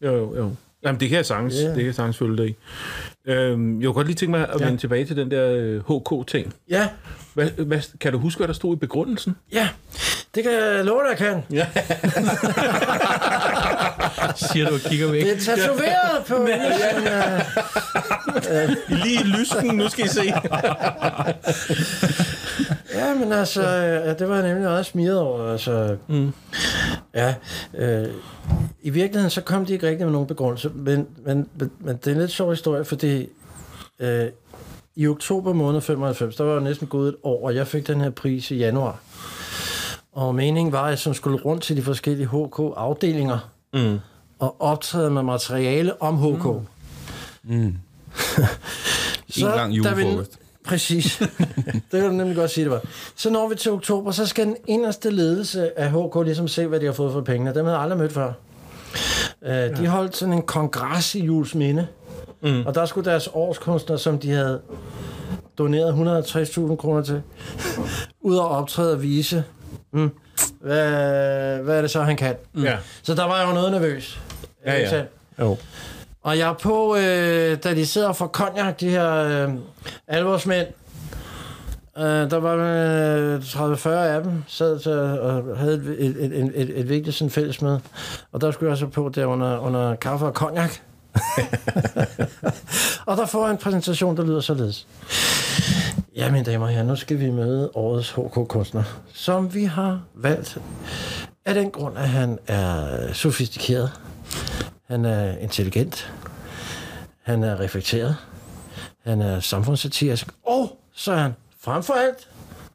Speaker 1: Jo, jo, jo. Jamen, det kan jeg sagtens,
Speaker 4: Ja.
Speaker 1: yeah. det kan jeg sagtens følge dig i. Øhm, jeg kunne godt lige tænke mig at
Speaker 4: Ja.
Speaker 1: vende tilbage til den der øh, HK-ting.
Speaker 4: ja,
Speaker 1: Hvad, hvad, kan du huske, hvad der stod i begrundelsen?
Speaker 4: ja, det kan jeg love dig, jeg kan.
Speaker 3: Siger du og kigger væk?
Speaker 4: Det er tatoveret på øh, ja, ja.
Speaker 1: Lige i lysken, nu skal I se.
Speaker 4: ja, men altså, øh, det var jeg nemlig meget smiret over. Altså, mm. Ja, øh, i virkeligheden så kom de ikke rigtig med nogen begrundelse, men, men, men, men det er en lidt sjov historie, fordi øh, i oktober måned 95, der var jo næsten gået et år, og jeg fik den her pris i januar. Og meningen var, at jeg sådan skulle rundt til de forskellige HK-afdelinger
Speaker 1: Mm.
Speaker 4: og optræde med materiale om HK. Mm.
Speaker 2: Mm. en lang
Speaker 4: da vi-
Speaker 2: julefrokost.
Speaker 4: Præcis. det kan du nemlig godt sige, det var. Så når vi til oktober, så skal den inderste ledelse af HK ligesom se, hvad de har fået for pengene. Dem havde jeg aldrig mødt før. Uh, de holdt sådan en kongres i Jules Minde, mm. og der skulle deres årskunstner, som de havde doneret 160.000 kroner til, ud og optræde og vise, mm, hvad, hvad er det så, han kan.
Speaker 1: Ja.
Speaker 4: Så der var jeg jo noget nervøs.
Speaker 1: Ja, ja.
Speaker 4: Ikke sandt?
Speaker 1: Jo.
Speaker 4: Og jeg er på, øh, da de sidder for konjak, de her øh, alvorsmænd. Øh, der var øh, 30-40 af dem, sad til, og havde et, et, et, et, et, et vigtigt sådan fællesmøde. Og der skulle jeg så på der under, under kaffe og konjak. og der får jeg en præsentation, der lyder således. Ja, mine damer og herrer, nu skal vi møde årets HK-kunstner, som vi har valgt af den grund, at han er sofistikeret. Han er intelligent. Han er reflekteret. Han er samfundssatirisk. Og så er han frem for alt,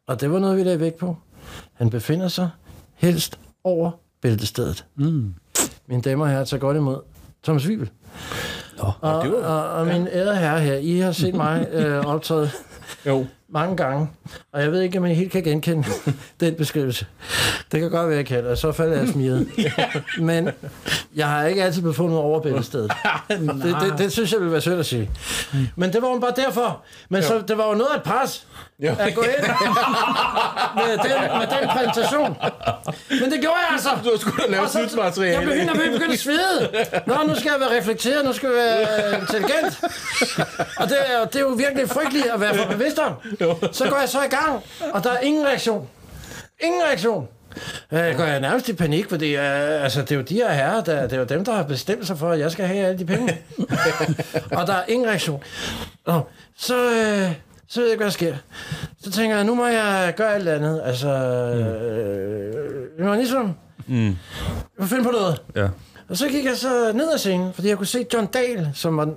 Speaker 4: og det var noget, vi lagde vægt på, han befinder sig helst over bæltestedet. Mm. Mine damer og herrer, tager godt imod Thomas Vibel. Nå, og,
Speaker 1: det var-
Speaker 4: og, og min ærede herre her, I har set mig øh, optræde
Speaker 1: Jo.
Speaker 4: mange gange, og jeg ved ikke, om jeg helt kan genkende den beskrivelse. Det kan godt være, jeg kan, og i så falder jeg smidt. Men jeg har ikke altid befundet over sted. Det, det, det, synes jeg ville være sødt at sige. Men det var hun bare derfor. Men så, det var jo noget af et pres
Speaker 1: Jo.
Speaker 4: at gå ind med den, med den præsentation. Men det gjorde jeg altså.
Speaker 1: Du har sgu da lavet
Speaker 4: Og så-
Speaker 1: nyt materiale.
Speaker 4: Jeg blev helt nervøs, begyndte at svede. Nå, nu skal jeg være reflekteret, nu skal jeg være øh, intelligent. Og det er, jo- det er jo virkelig frygteligt at være for bevidst om. Så går jeg så i gang, og der er ingen reaktion. Ingen reaktion. Øh, går jeg nærmest i panik, fordi øh, altså, det er jo de her herrer, der, det er jo dem, der har bestemt sig for, at jeg skal have alle de penge. og der er ingen reaktion. Nå, så, øh, Så ved jeg ikke, hvad der sker. Så tænker jeg, nu må jeg gøre alt andet. Altså, øh, øh, ligesom,
Speaker 2: Mm,
Speaker 4: jeg må finde på noget.
Speaker 2: ja.
Speaker 4: Og så gik jeg så ned ad scenen, fordi jeg kunne se John Dahl, som var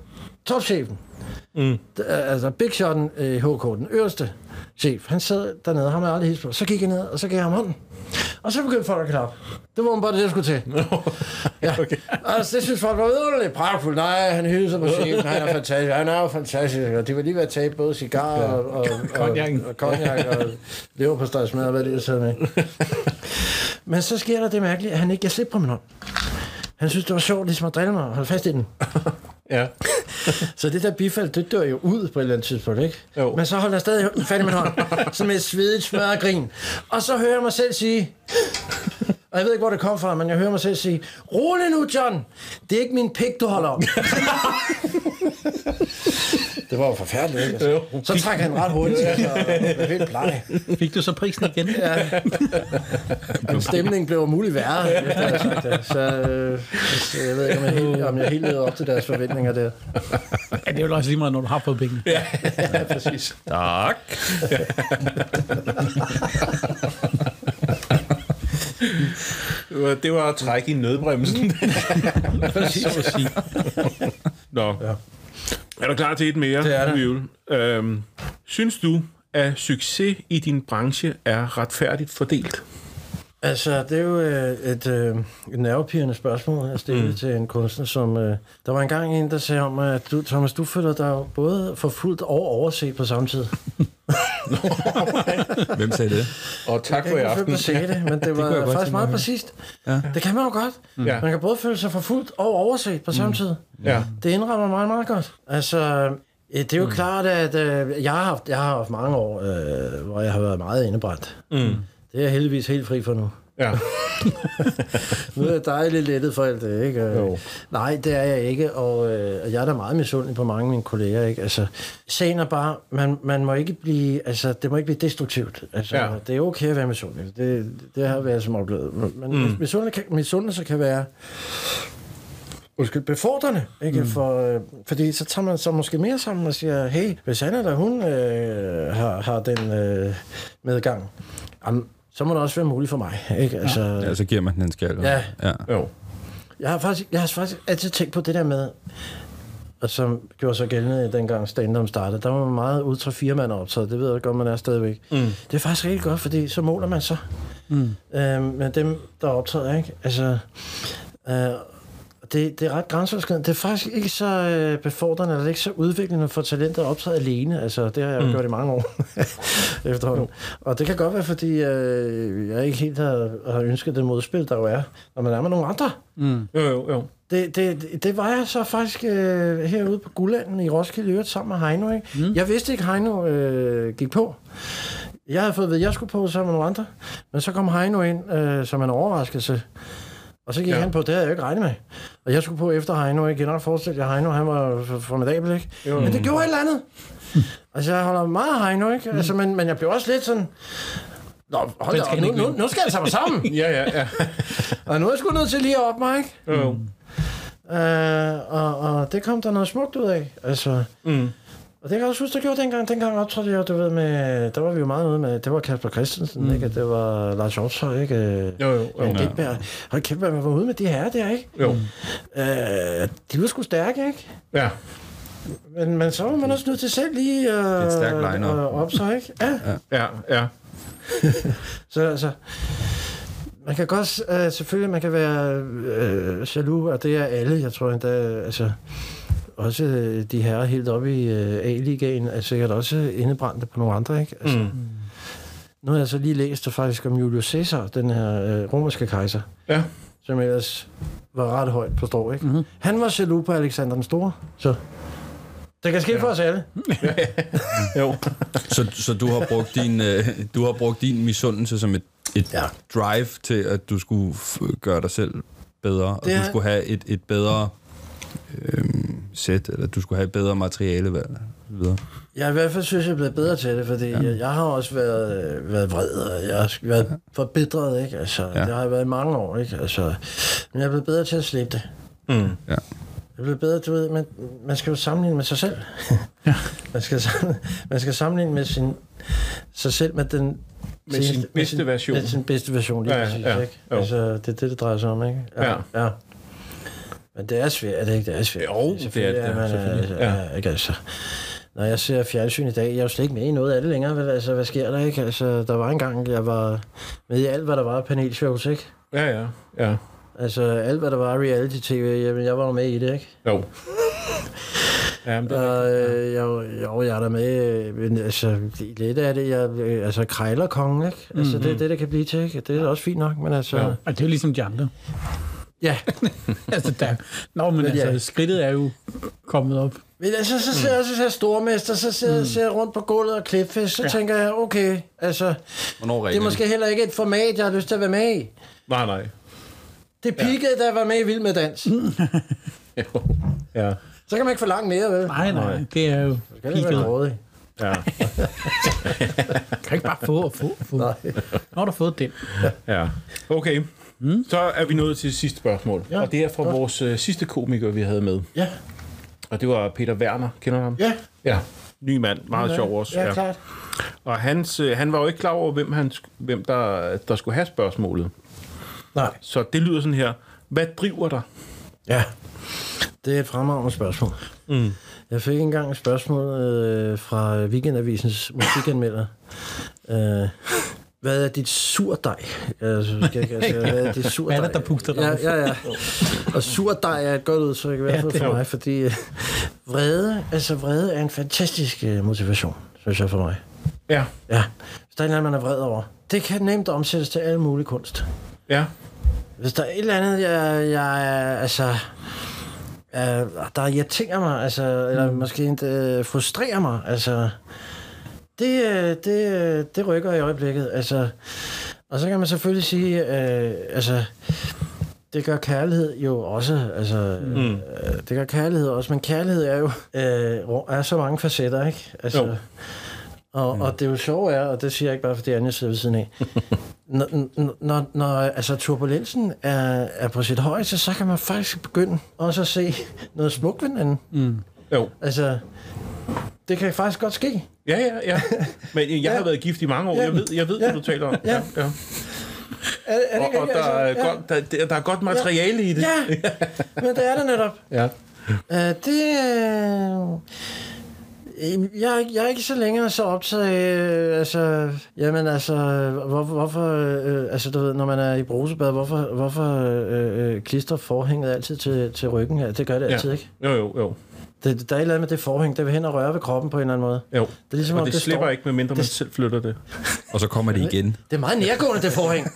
Speaker 4: topchefen.
Speaker 1: Mm.
Speaker 4: D- Altså Big Shotten i HK, den øverste chef. Han sad dernede, ham har jeg aldrig hilst på. Så gik jeg ned, og så gav jeg ham hånden. Og så begyndte folk at klappe. Det var bare det, der skulle til. ja. okay. Altså, det synes folk var vidunderligt. Pragtfuldt. Nej, han hylder sig på chefen. Han er fantastisk. Han er jo fantastisk. Og det var lige ved at tabe både cigar og, og,
Speaker 3: Konjakken.
Speaker 4: og, og, konjak og leverpostejsmad og hvad det er, sidder med. Men så sker der det mærkelige, at han ikke giver slip på min hånd. Han synes, det var sjovt ligesom at drille mig og holde fast i den.
Speaker 1: Ja.
Speaker 4: Så det der bifald, det dør jo ud på et eller andet tidspunkt, ikke?
Speaker 1: Jo.
Speaker 4: Men så holder jeg stadig fat i min hånd, som et svedigt smørret grin. Og så hører jeg mig selv sige... Og jeg ved ikke, hvor det kom fra, men jeg hører mig selv sige, rolig nu, John! Det er ikke min pik, du holder om. det var jo forfærdeligt, ikke? Altså. Så trækker han ret hurtigt til, og blev helt bleg.
Speaker 3: Fik du så prisen igen? ja.
Speaker 4: Men stemningen blev om muligt værre. efter jeg havde sagt det. Så, øh, så jeg ved ikke, om jeg, helt, om jeg helt levede op til deres forventninger der.
Speaker 3: ja. det er jo også lige meget, når du har fået pengene. Ja.
Speaker 1: ja, præcis.
Speaker 2: Tak.
Speaker 1: Det var- Det var at trække i nødbremsen.
Speaker 3: Præcis. Så at sige.
Speaker 1: Nå. Ja. Er du klar til et mere?
Speaker 4: Det er der.
Speaker 1: Vivel? Øhm, synes du, at succes i din branche er retfærdigt fordelt?
Speaker 4: Altså, det er jo øh, et, øh, et nervepirrende spørgsmål, jeg stillede mm. til en kunstner, som... Øh, der var engang en, der sagde om, at du, Thomas, du føler dig jo både forfulgt og overset på samme tid.
Speaker 2: Hvem sagde det?
Speaker 1: Og tak for i
Speaker 4: Jeg
Speaker 1: aften.
Speaker 4: følte, sagde det, men det var
Speaker 2: jeg godt
Speaker 4: det faktisk
Speaker 2: tænke mig
Speaker 4: meget
Speaker 2: at
Speaker 4: præcist. Ja. Det kan man jo godt.
Speaker 1: Ja.
Speaker 4: Man kan både føle sig forfulgt og overset på samme tid.
Speaker 1: Ja.
Speaker 4: Det indrammer meget, meget godt. Altså, øh, det er jo mm. klart, at øh, jeg, har haft, jeg har haft mange år, øh, hvor jeg har været meget indebrændt.
Speaker 1: Mm.
Speaker 4: Det er jeg heldigvis helt fri for nu.
Speaker 1: Ja.
Speaker 4: Nu er jeg dejligt lettet for alt det, ikke? Jo. Nej, det er jeg ikke, og, øh, og jeg er da meget misundelig på mange af mine kolleger, ikke? Altså, sagen er bare, man, man må ikke blive, altså, det må ikke blive destruktivt. Altså,
Speaker 1: Ja.
Speaker 4: ja. det er okay at være misundelig. Det, det har jeg som oplevet. Men mm. misundelse, kan, misundelse kan være undskyld, befordrende, ikke? Mm. For, øh, fordi så tager man så måske mere sammen og siger, hey, hvis han eller hun øh, har, har den øh, medgang, jamen, så må det også være muligt for mig, ikke? Altså, ja.
Speaker 2: Ja, så giver man den en skal.
Speaker 4: Ja.
Speaker 2: ja.
Speaker 1: Jo.
Speaker 4: Jeg har, faktisk, jeg har faktisk altid tænkt på det der med, og som gjorde sig gældende dengang stand startede, der var man meget ultra firmand optaget, det ved jeg godt, man er stadigvæk. Mm. Det er faktisk rigtig godt, fordi så måler man så. Mm. Øh, med dem, der optræder, ikke? Altså, øh, det, det er ret grænseoverskridende. Det er faktisk ikke så øh, befordrende, eller ikke så udviklende for talentet at optræde alene. Altså, det har jeg jo mm. gjort i mange år efterhånden. Og det kan godt være, fordi øh, jeg ikke helt har, har ønsket det modspil, der jo er, når man er med nogle andre.
Speaker 1: Jo, jo, jo.
Speaker 4: Det, det, det var jeg så faktisk øh, herude på Gullanden i Roskilde, i øvrigt sammen med Heino. Ikke? Mm. Jeg vidste ikke, Heino øh, gik på. Jeg havde fået at vide, at jeg skulle på sammen med nogle andre. Men så kom Heino ind øh, som en overraskelse. Og så gik
Speaker 1: Ja.
Speaker 4: ja. han på, det havde jeg jo ikke regnet med. Og jeg skulle på efter Heino. Jeg kan nok forestille jer, Heino han var f- formidabel, ikke? Jo. Men det gjorde et eller andet. altså, jeg holder meget af Heino, ikke? Altså, men, men jeg blev også lidt sådan... Nå, hold da
Speaker 3: skal
Speaker 4: op,
Speaker 3: han
Speaker 4: nu,
Speaker 3: ikke
Speaker 4: nu,
Speaker 3: vinde."
Speaker 4: nu skal jeg tage mig sammen.
Speaker 1: Ja, ja, ja.
Speaker 4: og nu er jeg sgu nødt til lige at op mig, ikke?
Speaker 1: Jo, jo.
Speaker 4: Mm. Øh, og, og det kom der noget smukt ud af. Altså,
Speaker 1: Mm.
Speaker 4: og det kan jeg også huske, der gjorde dengang. Dengang optrådte jeg jo, du ved, med, der var vi jo meget ude med, det var Kasper Christensen, mm. ikke? Det var Lars Hjortshøj, ikke?
Speaker 1: Jo, jo, jo.
Speaker 4: Jan Gindberg. Hold kæft, man var ude med de herrer der, ikke?
Speaker 1: Jo.
Speaker 4: Øh, de var sgu stærke, ikke?
Speaker 1: Ja.
Speaker 4: Men, men så var man også nødt til selv lige øh,
Speaker 2: et stærkt line-up.
Speaker 4: øh, op sig, ikke? Ja.
Speaker 1: Ja, ja.
Speaker 4: Så altså, man kan godt, øh, selvfølgelig, man kan være øh, jaloux, og det er alle, jeg tror endda, altså, også øh, de herrer helt oppe i øh, A-ligaen er sikkert også indebrændte på nogle andre, ikke? Altså,
Speaker 1: Mm.
Speaker 4: Nu har jeg så lige læst der faktisk om Julius Caesar, den her øh, romerske kejser,
Speaker 1: Ja.
Speaker 4: som ellers var ret højt på strå, ikke? Mm-hmm. Han var jaloux på Alexander den Store, så... Det kan ske ja. for os alle.
Speaker 1: Jo.
Speaker 2: Så, så du har brugt din, øh, du har brugt din misundelse som et, et ja. drive til, at du skulle f- gøre dig selv bedre, og
Speaker 4: Det
Speaker 2: du
Speaker 4: er-
Speaker 2: skulle have et, et bedre øhm, sæt, eller du skulle have et bedre materialevalg, og så videre.
Speaker 4: Jeg i hvert fald synes, jeg er blevet bedre til det, fordi ja. jeg, jeg har også været, øh, været vred, og jeg har været forbedret, ikke? Altså, ja. det har jeg været i mange år, ikke? Altså, men jeg er blevet bedre til at slippe det.
Speaker 1: Mm.
Speaker 4: Jeg er blevet bedre, du ved, man, man skal jo sammenligne med sig selv. Man skal, sam- man skal sammenligne med sin, sig selv med den
Speaker 1: Med sin bedste version.
Speaker 4: Med sin bedste version, lige
Speaker 1: Ja,
Speaker 4: ja, præcis.
Speaker 1: ja,
Speaker 4: Ja, ikke?
Speaker 1: jo.
Speaker 4: Altså, det er det, det drejer sig om, ikke?
Speaker 1: Ja.
Speaker 4: ja. Men det er svært, er det ikke? Det er svært.
Speaker 1: Jo, det er det,
Speaker 4: Selvfølgelig
Speaker 1: det er
Speaker 4: man,
Speaker 1: selvfølgelig.
Speaker 4: øh, Ja, ikke altså. Når jeg ser fjernsyn i dag, jeg er jo slet ikke med i noget af det længere. Vel? Altså, hvad sker der, ikke? Altså, der var engang, jeg var med i alt, hvad der var af panelshows, ikke?
Speaker 1: Ja, ja, ja.
Speaker 4: Altså, alt, hvad der var af reality-tv, jamen, jeg var jo med i det, ikke?
Speaker 1: Jo. ja, men det,
Speaker 4: Og, øh, jo, jo, jeg er der med, øh, men altså, lidt af det, jeg, øh, altså, krejler kongen, ikke? Altså, mm-hmm. det er det, der kan blive til, ikke? Det er da også fint nok, men altså...
Speaker 1: Mhm. Ja.
Speaker 4: Ja.
Speaker 3: Og det er jo ligesom de andre.
Speaker 4: ja.
Speaker 3: Altså, der, nå, men altså,
Speaker 4: ja.
Speaker 3: skridtet er jo kommet op.
Speaker 4: Men altså,
Speaker 1: Mm.
Speaker 4: så ser jeg, så ser jeg stormester, så ser, mm. ser jeg rundt på gulvet og klipfisk, så ja. tænker jeg, okay, altså,
Speaker 2: Hvornår
Speaker 4: det er måske heller ikke et format, jeg har lyst til at være med i.
Speaker 1: nej, nej.
Speaker 4: Det peakede, ja. Mm. da jeg var med i Vild med Dans.
Speaker 1: Jo. Ja,
Speaker 4: Så kan man ikke forlange mere, vel?
Speaker 3: Nej, nej, det er jo
Speaker 4: Kan det være
Speaker 3: peaked.
Speaker 4: grådig?
Speaker 1: ja,
Speaker 3: kan ikke bare få og få og få. Nej. Nu har du fået den.
Speaker 1: ja. Okay. Mm. Så er vi nået til sidste spørgsmål. Ja,
Speaker 4: Ja,
Speaker 1: og det er fra godt. vores øh, sidste komiker, vi havde med.
Speaker 4: Ja,
Speaker 1: Og det var Peter Werner. Kender du ham?
Speaker 4: ja.
Speaker 1: ja. Ny mand. Meget sjov også.
Speaker 4: Ja, klart.
Speaker 1: Og hans, øh, han var jo ikke klar over, hvem, han, sk- hvem der, der skulle have spørgsmålet.
Speaker 4: Nej.
Speaker 1: Så det lyder sådan her. Hvad driver dig?
Speaker 4: Ja. Det er et fremragende spørgsmål. Mm. Jeg fik engang et spørgsmål øh, fra Weekendavisens musikanmelder. øh, hvad er dit surdej? Jeg synes, jeg, ikke, altså, hvad er dit surdej?
Speaker 3: Hvad er det, der puster dig?
Speaker 4: Ja, ja, ja. Og surdej er et godt udtryk, i hvert fald for mig, fordi øh, vrede, altså vrede er en fantastisk øh, motivation, synes jeg for mig.
Speaker 1: Ja,
Speaker 4: Ja, hvis der er et eller andet, man er vred over. Det kan nemt omsættes til alle mulige kunst.
Speaker 1: ja,
Speaker 4: Hvis der er et eller andet, jeg, jeg er- altså... Øh, der irriterer mig, altså, eller måske endda øh, frustrerer mig, altså... Det, øh, det, øh, det rykker i øjeblikket, altså... Og så kan man selvfølgelig sige, øh, altså... Det gør kærlighed jo også, altså... Mm. Øh, det gør kærlighed også, men kærlighed er jo... Øh, rum- er så mange facetter, ikke? Altså,
Speaker 1: Jo. Mm.
Speaker 4: Og, og det er jo sjove er, og det siger jeg ikke bare, fordi Anja sidder ved siden af, når, når- når, når altså, turbulensen er, er på sit højeste, så kan man faktisk begynde også at se noget smukt ved hinanden.
Speaker 1: jo.
Speaker 4: Altså, det kan faktisk godt ske.
Speaker 1: Ja, ja, ja. Men øh, jeg har været gift i mange år. Jeg ved, jeg ved hvad du taler om. Ja, ja.
Speaker 4: Er, er det,
Speaker 1: Og,
Speaker 4: ikke-
Speaker 1: og der, er
Speaker 4: altså,
Speaker 1: godt, der, der- der er godt materiale i det.
Speaker 4: Ja, ja, men det er det netop.
Speaker 1: Ja.
Speaker 4: Uh, det øh, jeg, er ikke- jeg er ikke så længere så optaget af, øh, altså, jamen altså, hvor, hvorfor, øh, altså du ved, når man er i brusebad, hvorfor, hvorfor øh, øh, klister forhænget altid til, til ryggen her? Det gør det altid,
Speaker 1: ja.
Speaker 4: ja. ikke?
Speaker 1: Jo, jo, jo.
Speaker 4: Det, der er et eller andet med det forhæng, der vil hen og røre ved kroppen på en eller anden måde.
Speaker 1: jo.
Speaker 4: Det er ligesom,
Speaker 1: Og
Speaker 4: om
Speaker 1: det,
Speaker 4: det
Speaker 1: slipper
Speaker 4: står-
Speaker 1: ikke, medmindre man
Speaker 4: det-
Speaker 1: selv flytter det.
Speaker 2: Og så kommer det igen.
Speaker 4: Det er meget nærgående, det forhæng.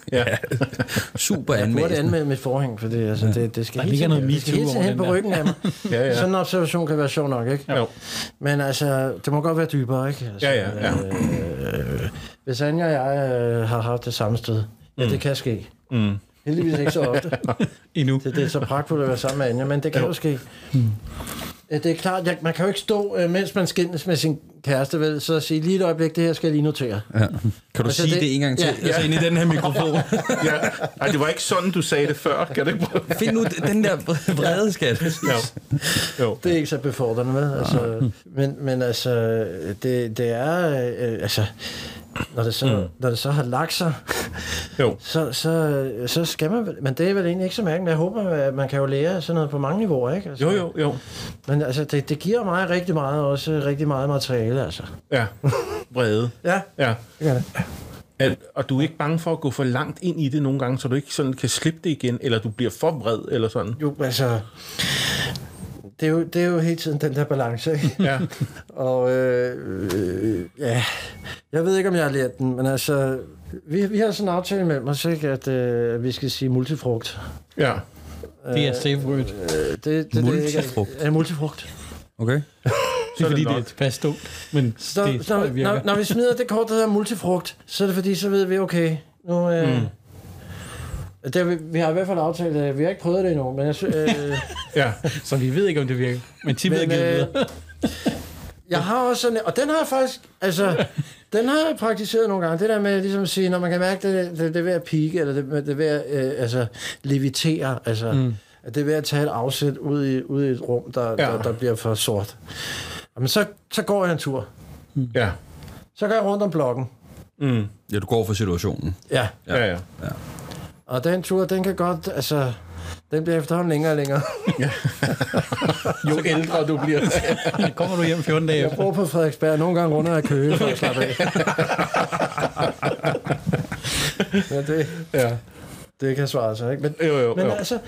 Speaker 2: Super
Speaker 4: Jeg burde
Speaker 2: anmeldelse.
Speaker 4: anmelde mit forhæng, for det, altså, det, det skal
Speaker 3: Der
Speaker 4: hele
Speaker 3: ligger
Speaker 4: tiden,
Speaker 3: noget
Speaker 4: det skal
Speaker 3: MeToo
Speaker 4: hele tiden
Speaker 3: over
Speaker 4: hen
Speaker 3: den
Speaker 4: på ryggen
Speaker 3: der.
Speaker 4: af mig.
Speaker 1: Ja, ja.
Speaker 4: Sådan en observation kan være sjov nok, ikke?
Speaker 1: Jo.
Speaker 4: Men altså, det må godt være dybere, ikke? Altså,
Speaker 1: Ja, ja, ja.
Speaker 4: Øh, øh, hvis Anja og jeg øh, har haft det samme sted, ja, det kan ske. Mm. Heldigvis ikke så ofte.
Speaker 3: Endnu.
Speaker 4: Det, det er så pragtfuldt at være sammen med Anja, men det kan jo, ske. Ja, Det er klart, jeg, man kan jo ikke stå, øh, mens man skændes med sin kæreste, vel, så at sige, lige et øjeblik, det her skal jeg lige notere.
Speaker 2: Kan du
Speaker 4: Altså,
Speaker 2: sige
Speaker 4: det-
Speaker 2: det en gang til?
Speaker 4: Ja.
Speaker 2: Altså ind i den her mikrofon.
Speaker 1: Ja. Ej, det var ikke sådan, du sagde det før. Kan du ikke prøve?
Speaker 2: Find nu den der vrede, skat.
Speaker 1: Jo. jo.
Speaker 4: Det er ikke så befordrende, med. Altså, men, men altså, det, det er, øh, altså, når det, så, mm. når det så har lagt sig,
Speaker 1: Jo.
Speaker 4: så, så, så skal man vel, men det er vel egentlig ikke så mærkeligt. Jeg håber, at man kan jo lære sådan noget på mange niveauer, ikke? Altså,
Speaker 1: Jo, jo, jo.
Speaker 4: Men altså, det, det giver mig rigtig meget, også rigtig meget materiale, altså.
Speaker 1: Ja. Vrede.
Speaker 4: Ja,
Speaker 1: Ja.
Speaker 4: det gør det.
Speaker 1: At, og du er ikke bange for at gå for langt ind i det nogle gange, så du ikke sådan kan slippe det igen, eller du bliver for vred, eller sådan.
Speaker 4: Jo, altså, det er jo, det er jo hele tiden den der balance, ikke?
Speaker 1: Ja.
Speaker 4: Og øh, øh, ja, jeg ved ikke, om jeg har lært den, men altså, vi, vi har sådan en aftale mellem os, ikke, at øh, vi skal sige multifrugt.
Speaker 1: Ja.
Speaker 3: Det er safe word.
Speaker 4: Øh, det, det, det,
Speaker 2: Multifrugt?
Speaker 4: Det, ja, multifrugt.
Speaker 2: Okay.
Speaker 3: Det er
Speaker 1: det
Speaker 3: fordi, det er
Speaker 1: nok.
Speaker 3: tilpas dumt, men
Speaker 4: Så,
Speaker 3: det tror
Speaker 4: når,
Speaker 3: jeg virker.
Speaker 4: når, når vi smider det kort, der hedder multifrugt, så er det fordi, så ved vi, okay, nu... Øh, mm. det, har vi, vi har i hvert fald aftalt, øh, vi har ikke prøvet det endnu, men jeg, sy- øh,
Speaker 1: Ja.
Speaker 3: Så vi ved ikke, om det virker. Men tippet er
Speaker 4: men,
Speaker 3: givet
Speaker 4: øh,
Speaker 3: videre.
Speaker 4: jeg har også sådan, og den har jeg faktisk, altså, den har jeg praktiseret nogle gange, det der med ligesom at sige, når man kan mærke, det, det, det er ved at pike, eller det, det er ved at øh, altså, levitere,
Speaker 3: Mm.
Speaker 4: altså, mm. at det er ved at tage et afsæt ud i, ud i et rum, der, ja. der, der bliver for sort. Jamen, så, så går jeg en tur.
Speaker 1: Ja.
Speaker 4: Så går jeg rundt om blokken.
Speaker 1: Mm.
Speaker 2: Ja, du går for situationen.
Speaker 4: Ja,
Speaker 1: Ja, ja.
Speaker 4: og den tur, den kan godt, altså, den bliver efterhånden længere og længere.
Speaker 1: Jo ældre du bliver.
Speaker 3: Kommer du hjem 14 dage
Speaker 4: Jeg
Speaker 3: efter?
Speaker 4: bor på Frederiksberg, nogle gange runder jeg køge for at slappe af. Men det,
Speaker 1: ja.
Speaker 4: det kan svare sig, ikke? Men,
Speaker 1: Jo, jo,
Speaker 4: Men
Speaker 1: jo.
Speaker 4: altså,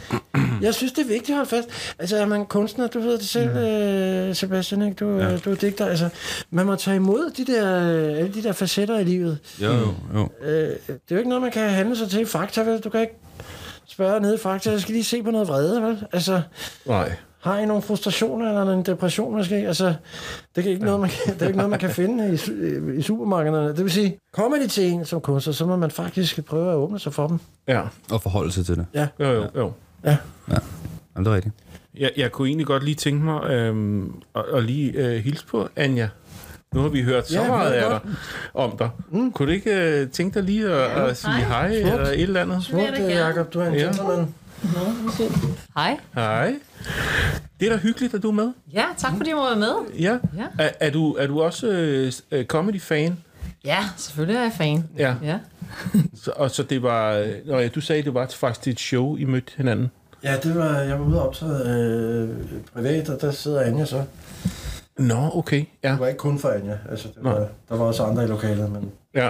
Speaker 4: jeg synes, det er vigtigt at holde fast. Altså, er man kunstner, du ved det selv, mm. øh, Sebastian, ikke? Du, ja. du er digter. Altså, man må tage imod de der, øh, alle de der facetter i livet.
Speaker 2: Jo, jo, jo.
Speaker 4: Øh, det er jo ikke noget, man kan handle sig til i fakta, vel? Du kan ikke spørge nede i fakta, jeg skal lige se på noget vrede, vel? Altså,
Speaker 1: Nej.
Speaker 4: har I nogle frustrationer eller en depression måske? Altså, det er ikke, noget, man kan, det er ikke noget, man kan finde i, su- i supermarkederne. Det vil sige, kommer de til en som kunstner, så må man faktisk prøve at åbne sig for dem.
Speaker 1: Ja.
Speaker 2: Og forholde sig til det.
Speaker 1: Jo, jo, jo.
Speaker 4: Ja.
Speaker 2: Jamen, det er rigtigt.
Speaker 1: Jeg, jeg kunne egentlig godt lige tænke mig øhm, at, at lige øh, hilse på Anja. Nu har vi hørt så
Speaker 4: Ja,
Speaker 1: ja,
Speaker 4: det ved
Speaker 1: meget
Speaker 4: jeg
Speaker 1: af dig, om dig. Mm. Kunne du ikke øh, tænke dig lige at, ja, at sige hej,
Speaker 5: Hej.
Speaker 1: hej eller et eller andet?
Speaker 5: vil jeg da
Speaker 4: Smukt,
Speaker 5: gerne.
Speaker 4: Jacob, du er en
Speaker 1: Ja.
Speaker 4: gentleman.
Speaker 5: Hej.
Speaker 1: Hej. Det er da hyggeligt, at du er med.
Speaker 5: Ja, tak fordi jeg må være med.
Speaker 1: Ja.
Speaker 5: Ja.
Speaker 1: Er, er, du, er du også øh, s- øh, comedy-fan?
Speaker 5: Ja, selvfølgelig er jeg fan.
Speaker 1: Ja.
Speaker 5: Ja.
Speaker 1: Så, og så det var... øh, Nå ja, du sagde, det var faktisk til et show, I mødte hinanden.
Speaker 4: Ja, det var, jeg var ude og optræde øh, privat, og der sidder Anja så.
Speaker 1: Nå, okay. Ja,
Speaker 4: Det var ikke kun for Anja, altså det
Speaker 1: Nej.
Speaker 4: var, der var også andre i lokalet, men
Speaker 1: ja,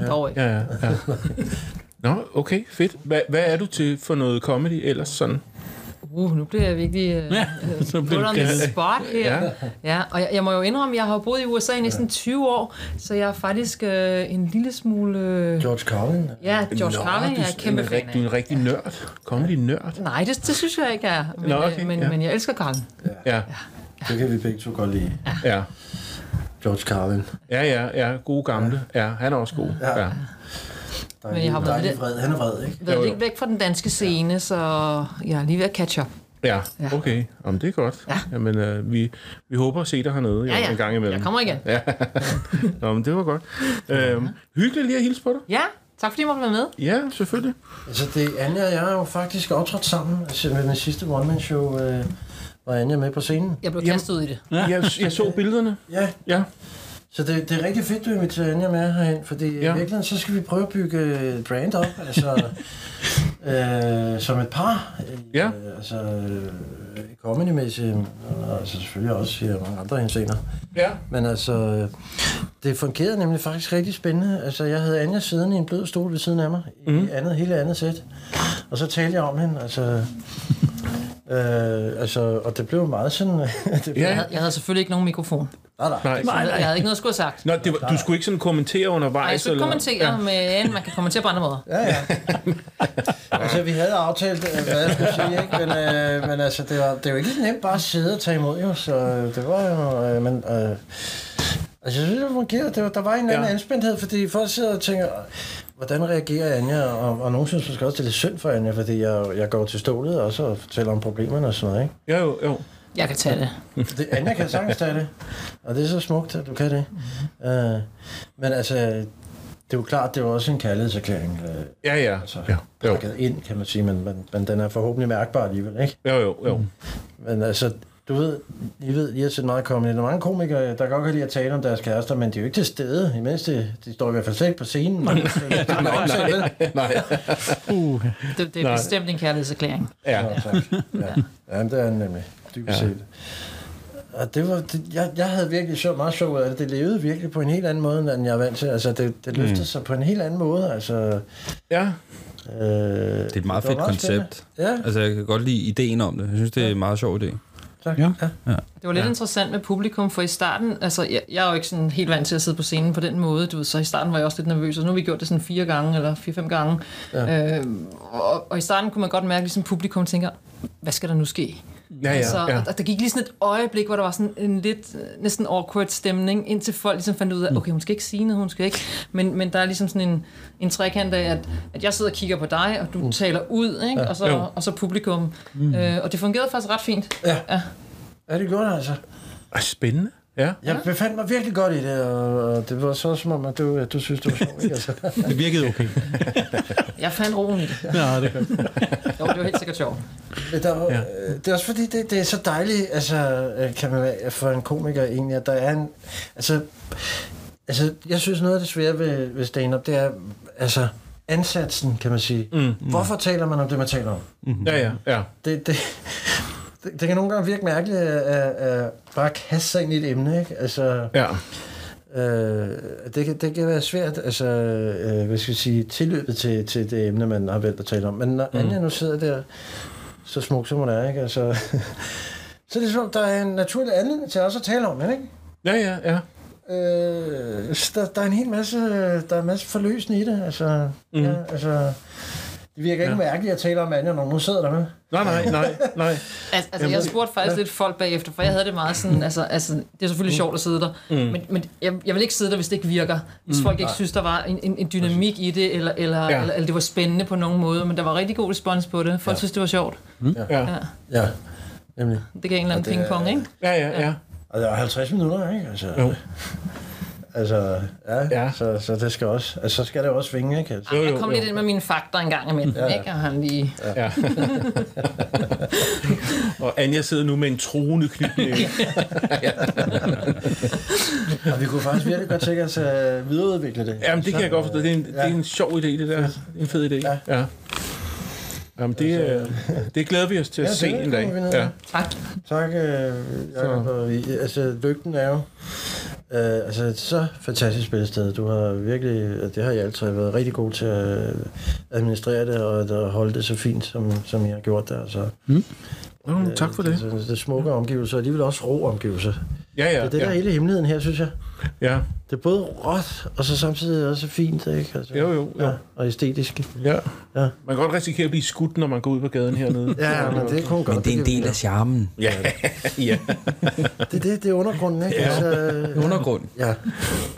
Speaker 5: ja. Dog ikke.
Speaker 1: ja, ja. ja. Nå, okay, fedt. Hva, hvad er du til for noget comedy ellers sådan?
Speaker 5: Uh, nu bliver jeg virkelig uh,
Speaker 3: Ja, så
Speaker 5: put
Speaker 3: bliver
Speaker 5: on
Speaker 3: det.
Speaker 5: the spot her.
Speaker 1: Ja.
Speaker 5: Ja. ja og jeg, jeg må jo indrømme, jeg har jo boet i USA i næsten 20 år, så jeg er faktisk øh, en lille smule... Øh,
Speaker 4: George Carlin.
Speaker 5: ja, George
Speaker 1: Nå,
Speaker 5: Carlin,
Speaker 1: du
Speaker 5: jeg er kæmpe
Speaker 1: en,
Speaker 5: fan
Speaker 1: rig- Du er
Speaker 5: af.
Speaker 1: en rigtig nørd. Comedy-nørd.
Speaker 5: Nej, det, det synes jeg ikke, jeg er. Men,
Speaker 1: Nå,
Speaker 5: øh,
Speaker 1: okay,
Speaker 5: men,
Speaker 1: ja.
Speaker 5: men jeg elsker Carlin.
Speaker 1: Ja,
Speaker 4: Det kan vi begge to godt lide.
Speaker 1: ja.
Speaker 4: George Carlin.
Speaker 1: Ja, ja, ja. Gode gamle. Ja, han er også god.
Speaker 4: Ja.
Speaker 1: Ja.
Speaker 4: Der er
Speaker 5: Men jeg har været lidt-
Speaker 4: vred. Han er vred, ikke?
Speaker 5: Jeg har
Speaker 1: Jo,
Speaker 5: været
Speaker 1: jo.
Speaker 5: lidt væk fra den danske scene, så jeg er lige ved at catch up.
Speaker 1: Ja,
Speaker 5: Ja.
Speaker 1: okay. Jamen, det er godt.
Speaker 5: Ja.
Speaker 1: Jamen, øh, vi, vi håber at se dig hernede jo,
Speaker 5: Ja, ja.
Speaker 1: en gang imellem.
Speaker 5: Jeg kommer igen.
Speaker 1: Ja. Nå, men det var godt. Øhm, hyggeligt lige at hilse på dig.
Speaker 5: Ja, tak fordi jeg måtte være med.
Speaker 1: Ja, selvfølgelig.
Speaker 4: Altså det, Anja og jeg er jo faktisk optrådt sammen. Altså ved min sidste one-man-show øh, var Anja med på scenen.
Speaker 5: Jeg blev
Speaker 1: Jamen-
Speaker 5: kastet ud i det.
Speaker 1: Jeg, jeg så billederne.
Speaker 4: Ja,
Speaker 1: Ja,
Speaker 4: så det, det er rigtig fedt, du inviterer Anja med herhen, fordi ja. i
Speaker 1: Ja.
Speaker 4: virkeligheden, så skal vi prøve at bygge et brand op, altså øh, som et par. Øh,
Speaker 1: Ja.
Speaker 4: Altså øh, comedy-mæssigt, og altså, selvfølgelig også i mange andre hensener.
Speaker 1: ja.
Speaker 4: Men altså, øh, det fungerede nemlig faktisk rigtig spændende. Altså, jeg havde Anja siden i en blød stol ved siden af mig, mm. i andet, hele andet sæt. Og så talte jeg om hende, altså... Øh, altså, og det blev meget sådan... det blev,
Speaker 5: Jeg
Speaker 1: ja.
Speaker 5: havde, jeg havde selvfølgelig ikke nogen mikrofon.
Speaker 4: nej, nej.
Speaker 1: Nej.
Speaker 5: Så Jeg havde ikke noget at skulle have sagt.
Speaker 1: Nå, det var, du skulle ikke sådan kommentere undervejs?
Speaker 5: Nej, jeg skulle
Speaker 1: eller-
Speaker 5: ikke kommentere, ja. men man kan kommentere på andre måder.
Speaker 4: Ja, ja. altså, vi havde aftalt, øh, hvad jeg skulle sige, ikke? Men, øh, men altså, det, var, det var ikke så nemt bare at sidde og tage imod, jo. Så øh, det var jo... Øh, men, øh, altså, jeg synes, det fungerede. Det var, der var en eller anden
Speaker 1: Ja.
Speaker 4: ja. anspændthed, fordi folk sidder og tænker, hvordan reagerer Anja? Og, og nogen synes måske også, det er lidt synd for Anja, fordi jeg, jeg går til stålet også og fortæller om problemerne og sådan noget, ikke?
Speaker 1: Ja, jo, jo.
Speaker 5: Jeg kan tage det.
Speaker 4: Det, Anja kan sagtens tage det, og det er så smukt, at du kan det.
Speaker 1: Mhm.
Speaker 4: Øh, men altså, det er jo klart, det var også en kærlighedserklæring. Øh,
Speaker 1: Ja, ja.
Speaker 4: Altså,
Speaker 1: Ja, jo,
Speaker 4: pakket ind, kan man sige, men, men, men den er forhåbentlig mærkbar alligevel, ikke?
Speaker 1: jo, jo.
Speaker 4: Mm.
Speaker 1: jo.
Speaker 4: Men altså, du ved, I ved, I har set meget comedy. Der er mange komikere, der godt kan lide at tale om deres kærester, men de er jo ikke til stede, imens de, de står i hvert fald slet ikke på scenen. nej, nej, nej.
Speaker 1: Nej,
Speaker 3: Uh,
Speaker 5: Det, det er
Speaker 1: Nej.
Speaker 5: bestemt en kærlighedserklæring.
Speaker 1: ja.
Speaker 4: Ja, ja men det er den nemlig, dybest
Speaker 1: Ja.
Speaker 4: set. Og det var, det, jeg, jeg havde virkelig sjov, meget sjov ud af det. Det levede virkelig på en helt anden måde, end jeg er vant til. Altså, det, det løftede mm. sig på en helt anden måde. Altså, øh,
Speaker 1: Ja,
Speaker 4: det
Speaker 2: Det er et meget
Speaker 4: var
Speaker 2: fedt
Speaker 4: meget
Speaker 2: koncept.
Speaker 4: Ja,
Speaker 2: Altså, jeg kan godt lide ideen om det. Jeg synes, det er en meget sjov idé.
Speaker 4: tak.
Speaker 3: Ja.
Speaker 4: Ja.
Speaker 5: Det var lidt ja. interessant med publikum, for i starten, altså jeg, jeg er jo ikke sådan helt vant til at sidde på scenen på den måde, du ved, så i starten var jeg også lidt nervøs, og nu har vi gjort det sådan fire gange, eller fire-fem gange, ja. øh, og, og i starten kunne man godt mærke, at ligesom publikum tænker, hvad skal der nu ske?
Speaker 1: ja, ja.
Speaker 5: Altså,
Speaker 1: ja.
Speaker 5: og- og der gik lige sådan et øjeblik, hvor der var sådan en lidt øh, næsten awkward stemning, indtil folk ligesom fandt ud
Speaker 1: Mm.
Speaker 5: af, okay, hun skal ikke sige noget, hun skal ikke. Men, men der er ligesom sådan en, en trekant af, at, at jeg sidder og kigger på dig, og du mm. taler ud, ikke? Ja. Og,
Speaker 1: Jo.
Speaker 5: så, og så publikum. Mm. Øh, og det fungerede faktisk ret fint.
Speaker 4: Ja. ja, det gjorde det altså.
Speaker 1: Ej, Spændende. Ja.
Speaker 4: Jeg befandt mig virkelig godt i det, og og det var så som om, at du, at du synes, det var sjovt. ikke? Altså.
Speaker 3: Det virkede okay.
Speaker 5: Jeg fandt roen i det.
Speaker 3: Nå, det er godt.
Speaker 5: Jo, det var helt sikkert sjovt.
Speaker 4: Men der, ja. øh, det er også fordi, det, det er så dejligt, altså, øh, kan man være, for en komiker egentlig, at der er en... Altså, altså jeg synes, noget af det svære ved, ved stand-up, det er altså, ansatsen, kan man sige. Mm, mm. Hvorfor taler man om det, man taler om?
Speaker 1: Ja, ja, ja.
Speaker 4: Det, det, det, det kan nogle gange virke mærkeligt at, at, at bare kaste sig ind i et emne, ikke? Altså,
Speaker 1: Ja,
Speaker 4: Øh, det, kan, det kan være svært, altså, øh, hvad skal jeg sige, tilløbet til, til det emne, man har valgt at tale om. Men når mm. Anja nu sidder der, så smuk som hun er, ikke? Altså, så er det som om, der er en naturlig anledning til også at tale om det, ikke?
Speaker 1: ja, ja. ja.
Speaker 4: Øh, så der, der, er en hel masse, der er en masse forløsende i det, altså, mm. ja, altså, det virker ikke ja. mærkeligt at tale om Anja, når hun sidder der med.
Speaker 1: Nej, nej, nej, nej.
Speaker 5: Altså, altså jeg spurgte faktisk lidt folk bagefter, for jeg havde det meget sådan, altså, altså det er selvfølgelig sjovt at sidde der, mm. men, men jeg, jeg vil ikke sidde der, hvis det ikke virker. Hvis mm. folk ikke synes, der var en, en, en dynamik i det, eller, eller,
Speaker 1: Ja.
Speaker 5: ja. eller, eller det var spændende på nogen måde, men der var rigtig god respons på det. Folk ja. synes, det var sjovt.
Speaker 1: Ja,
Speaker 5: Ja.
Speaker 4: Ja, nemlig.
Speaker 5: Det gav en eller anden
Speaker 4: Og det er-
Speaker 5: pingpong, ikke?
Speaker 1: ja, ja. ja.
Speaker 4: Og det er 50 minutter, ikke? Altså,
Speaker 1: Jo.
Speaker 4: Altså, ja,
Speaker 1: Ja.
Speaker 4: ja. Så, så det skal også, altså, så skal det også svinge, ikke? Altså.
Speaker 1: Jo,
Speaker 5: Jeg
Speaker 1: jo,
Speaker 5: kom
Speaker 1: jo.
Speaker 5: lidt ind med mine fakta en gang imellem, ja. ikke? Og han lige...
Speaker 1: Ja. og Anja sidder nu med en truende knytning.
Speaker 4: Og vi kunne faktisk virkelig godt tænke os at øh, videreudvikle det.
Speaker 1: Jamen, det kan jeg godt forstå. Det er en, det er en sjov idé, det der. En fed idé.
Speaker 4: Ja. Altså-
Speaker 1: Ja. Jamen, det, øh, det glæder vi os til at
Speaker 4: Ja, det
Speaker 1: se en dag.
Speaker 4: kommer vi ned.
Speaker 1: Ja.
Speaker 5: Tak.
Speaker 4: Tak, øh, Jacob. Og, I- altså, lygten er jo øh, altså, et så fantastisk spillested. Du har virkelig, og det har jeg altid været rigtig god til at øh, administrere det, og at holde det så fint, som, som jeg har gjort der. Så,
Speaker 1: Nå, Mm, tak for det.
Speaker 4: Så, det er smukke omgivelser, og alligevel også rå omgivelser.
Speaker 1: Ja,
Speaker 4: Det
Speaker 1: ja,
Speaker 4: er det, der er
Speaker 1: ja.
Speaker 4: hele hemmeligheden her, synes jeg.
Speaker 1: ja.
Speaker 4: Det er både råt, og så samtidig også fint, ikke? Altså,
Speaker 1: Jo, jo, jo.
Speaker 4: Ja, og æstetisk.
Speaker 1: Ja.
Speaker 4: Ja.
Speaker 1: Man kan godt risikere at blive skudt, når man går ud på gaden hernede.
Speaker 4: Ja, men det er kun godt.
Speaker 2: Men det er en del af charmen.
Speaker 1: Ja, ja.
Speaker 4: Det, det, det er undergrunden, ikke? Ja. Altså, øh,
Speaker 2: Undergrund.
Speaker 4: ja.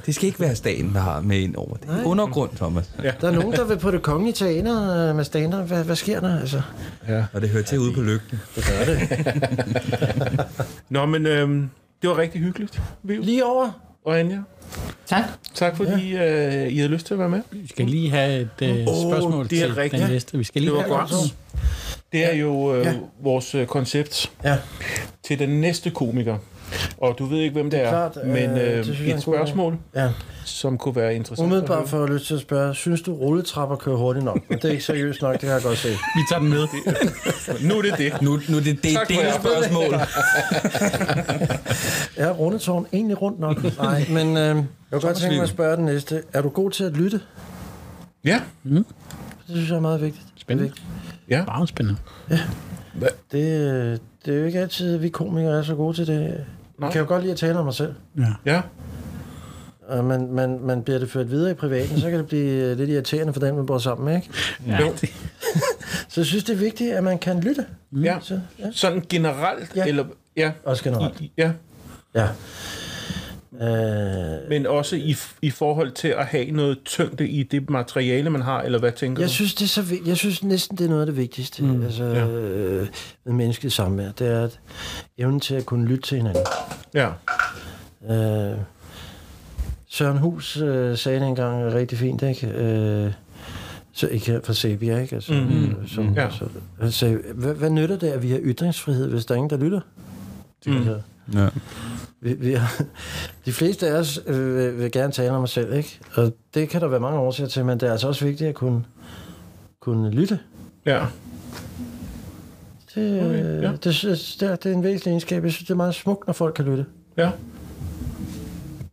Speaker 2: Det skal ikke være staten, der har med ind over det. er Undergrund, Thomas. Ja.
Speaker 4: Der er nogen, der vil på det kongelige teater øh, med stand hvad, hvad sker der? Altså?
Speaker 2: Og det hører til ude på lygten.
Speaker 1: Nå, men øhm, det var rigtig hyggeligt, Viv
Speaker 4: Lige over.
Speaker 1: og Anja.
Speaker 5: Tak.
Speaker 1: Tak fordi øh, I havde lyst til at være med.
Speaker 3: Vi skal lige have et øh, spørgsmål
Speaker 1: det er
Speaker 3: til
Speaker 1: rigtigt.
Speaker 3: den næste. Vi skal lige
Speaker 1: Det var
Speaker 3: have
Speaker 1: godt. Det er jo øh, vores øh, koncept
Speaker 4: Ja.
Speaker 1: til den næste komiker. Og du ved ikke, hvem det er,
Speaker 4: klart, øh,
Speaker 1: men
Speaker 4: det
Speaker 1: øh,
Speaker 4: synes jeg
Speaker 1: et
Speaker 4: er en god idé.
Speaker 1: spørgsmål,
Speaker 4: ja.
Speaker 1: som kunne være interessant.
Speaker 4: Umiddelbart får jeg lyst til at spørge, synes du rulletrapper kører hurtigt nok? Men det er ikke seriøst nok, det kan jeg godt se.
Speaker 3: Vi tager den med.
Speaker 1: Nu er det det.
Speaker 2: Nu, nu det, det,
Speaker 1: Tak
Speaker 2: det
Speaker 1: for
Speaker 2: er
Speaker 1: jer.
Speaker 2: et spørgsmål.
Speaker 4: Er rundetårn egentlig rundt nok? Nej, men øh, jeg kunne godt tænke mig at spørge den næste. Er du god til at lytte?
Speaker 1: Ja,
Speaker 4: Det synes jeg er meget vigtigt.
Speaker 3: Spændende.
Speaker 1: Ja.
Speaker 3: Meget spændende.
Speaker 4: Det, øh, det er jo ikke altid, vi komikere er så gode til det.
Speaker 1: Nej.
Speaker 4: Jeg kan jo godt lide at tale om mig selv. Øh,
Speaker 3: Ja.
Speaker 1: ja,
Speaker 4: Og man, man, man bliver det ført videre i privaten, så kan det blive øh, lidt irriterende for den, man bor sammen med. Ikke?
Speaker 3: ja.
Speaker 1: Jo.
Speaker 3: Det,
Speaker 4: Så jeg synes, det er vigtigt, at man kan lytte.
Speaker 1: ja.
Speaker 4: Så, ja.
Speaker 1: Sådan generelt,
Speaker 4: Ja.
Speaker 1: eller ja,
Speaker 4: Også generelt.
Speaker 1: ja,
Speaker 4: Mm. Ja. Øh,
Speaker 1: men også i, i forhold til at have noget tyngde i det materiale, man har, eller hvad tænker
Speaker 4: jeg
Speaker 1: du?
Speaker 4: synes, det er så vigtigt. Jeg synes næsten, det er noget af det vigtigste mm. altså,
Speaker 1: Ja.
Speaker 4: ja. øh, ved menneskets samvær. Det er at evnen til at kunne lytte til hinanden.
Speaker 1: Ja,
Speaker 4: Øh, Søren Hus øh, sagde det engang rigtig fint, ikke? Øh, så ikke fra Sebia, ikke? Altså, mm. som,
Speaker 1: Ja.
Speaker 4: ja. så, han sagde, hvad, hvad nytter det, at vi har ytringsfrihed, hvis der er ingen, der lytter? Mm. Altså,
Speaker 2: Ja.
Speaker 4: vi, vi har, de fleste af os øh, vil, vil gerne tale om os selv, ikke? Og det kan der være mange årsager til, men det er altså også vigtigt at kunne, kunne lytte.
Speaker 1: ja,
Speaker 4: Det,
Speaker 1: Okay,
Speaker 4: okay,
Speaker 1: ja.
Speaker 4: ja. det, synes- det, er- det er en væsentlig egenskab. Jeg synes, det er meget smukt, når folk kan lytte.
Speaker 1: ja.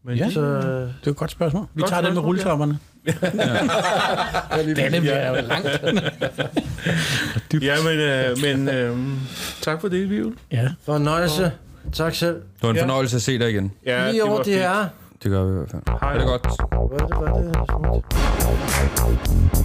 Speaker 1: Men
Speaker 3: Ja.
Speaker 1: de-
Speaker 4: Så, øh,
Speaker 3: det er et godt spørgsmål. Vi
Speaker 1: Godt
Speaker 3: tager den med
Speaker 1: spørgsmål,
Speaker 3: rulletopperne. Ja. den bliver jo langt.
Speaker 1: Ja, men, øh, men øh, tak for det, Vivel.
Speaker 3: Ja.
Speaker 4: fornøjelse. Tak selv.
Speaker 2: Det var en
Speaker 1: Ja.
Speaker 2: fornøjelse at se dig igen.
Speaker 1: Ja,
Speaker 4: Ja, Lige over
Speaker 1: var
Speaker 4: det
Speaker 1: fint.
Speaker 4: er.
Speaker 2: Det gør vi i hvert fald. Ha' det godt.
Speaker 4: Hvor er det, hvor er det smukt.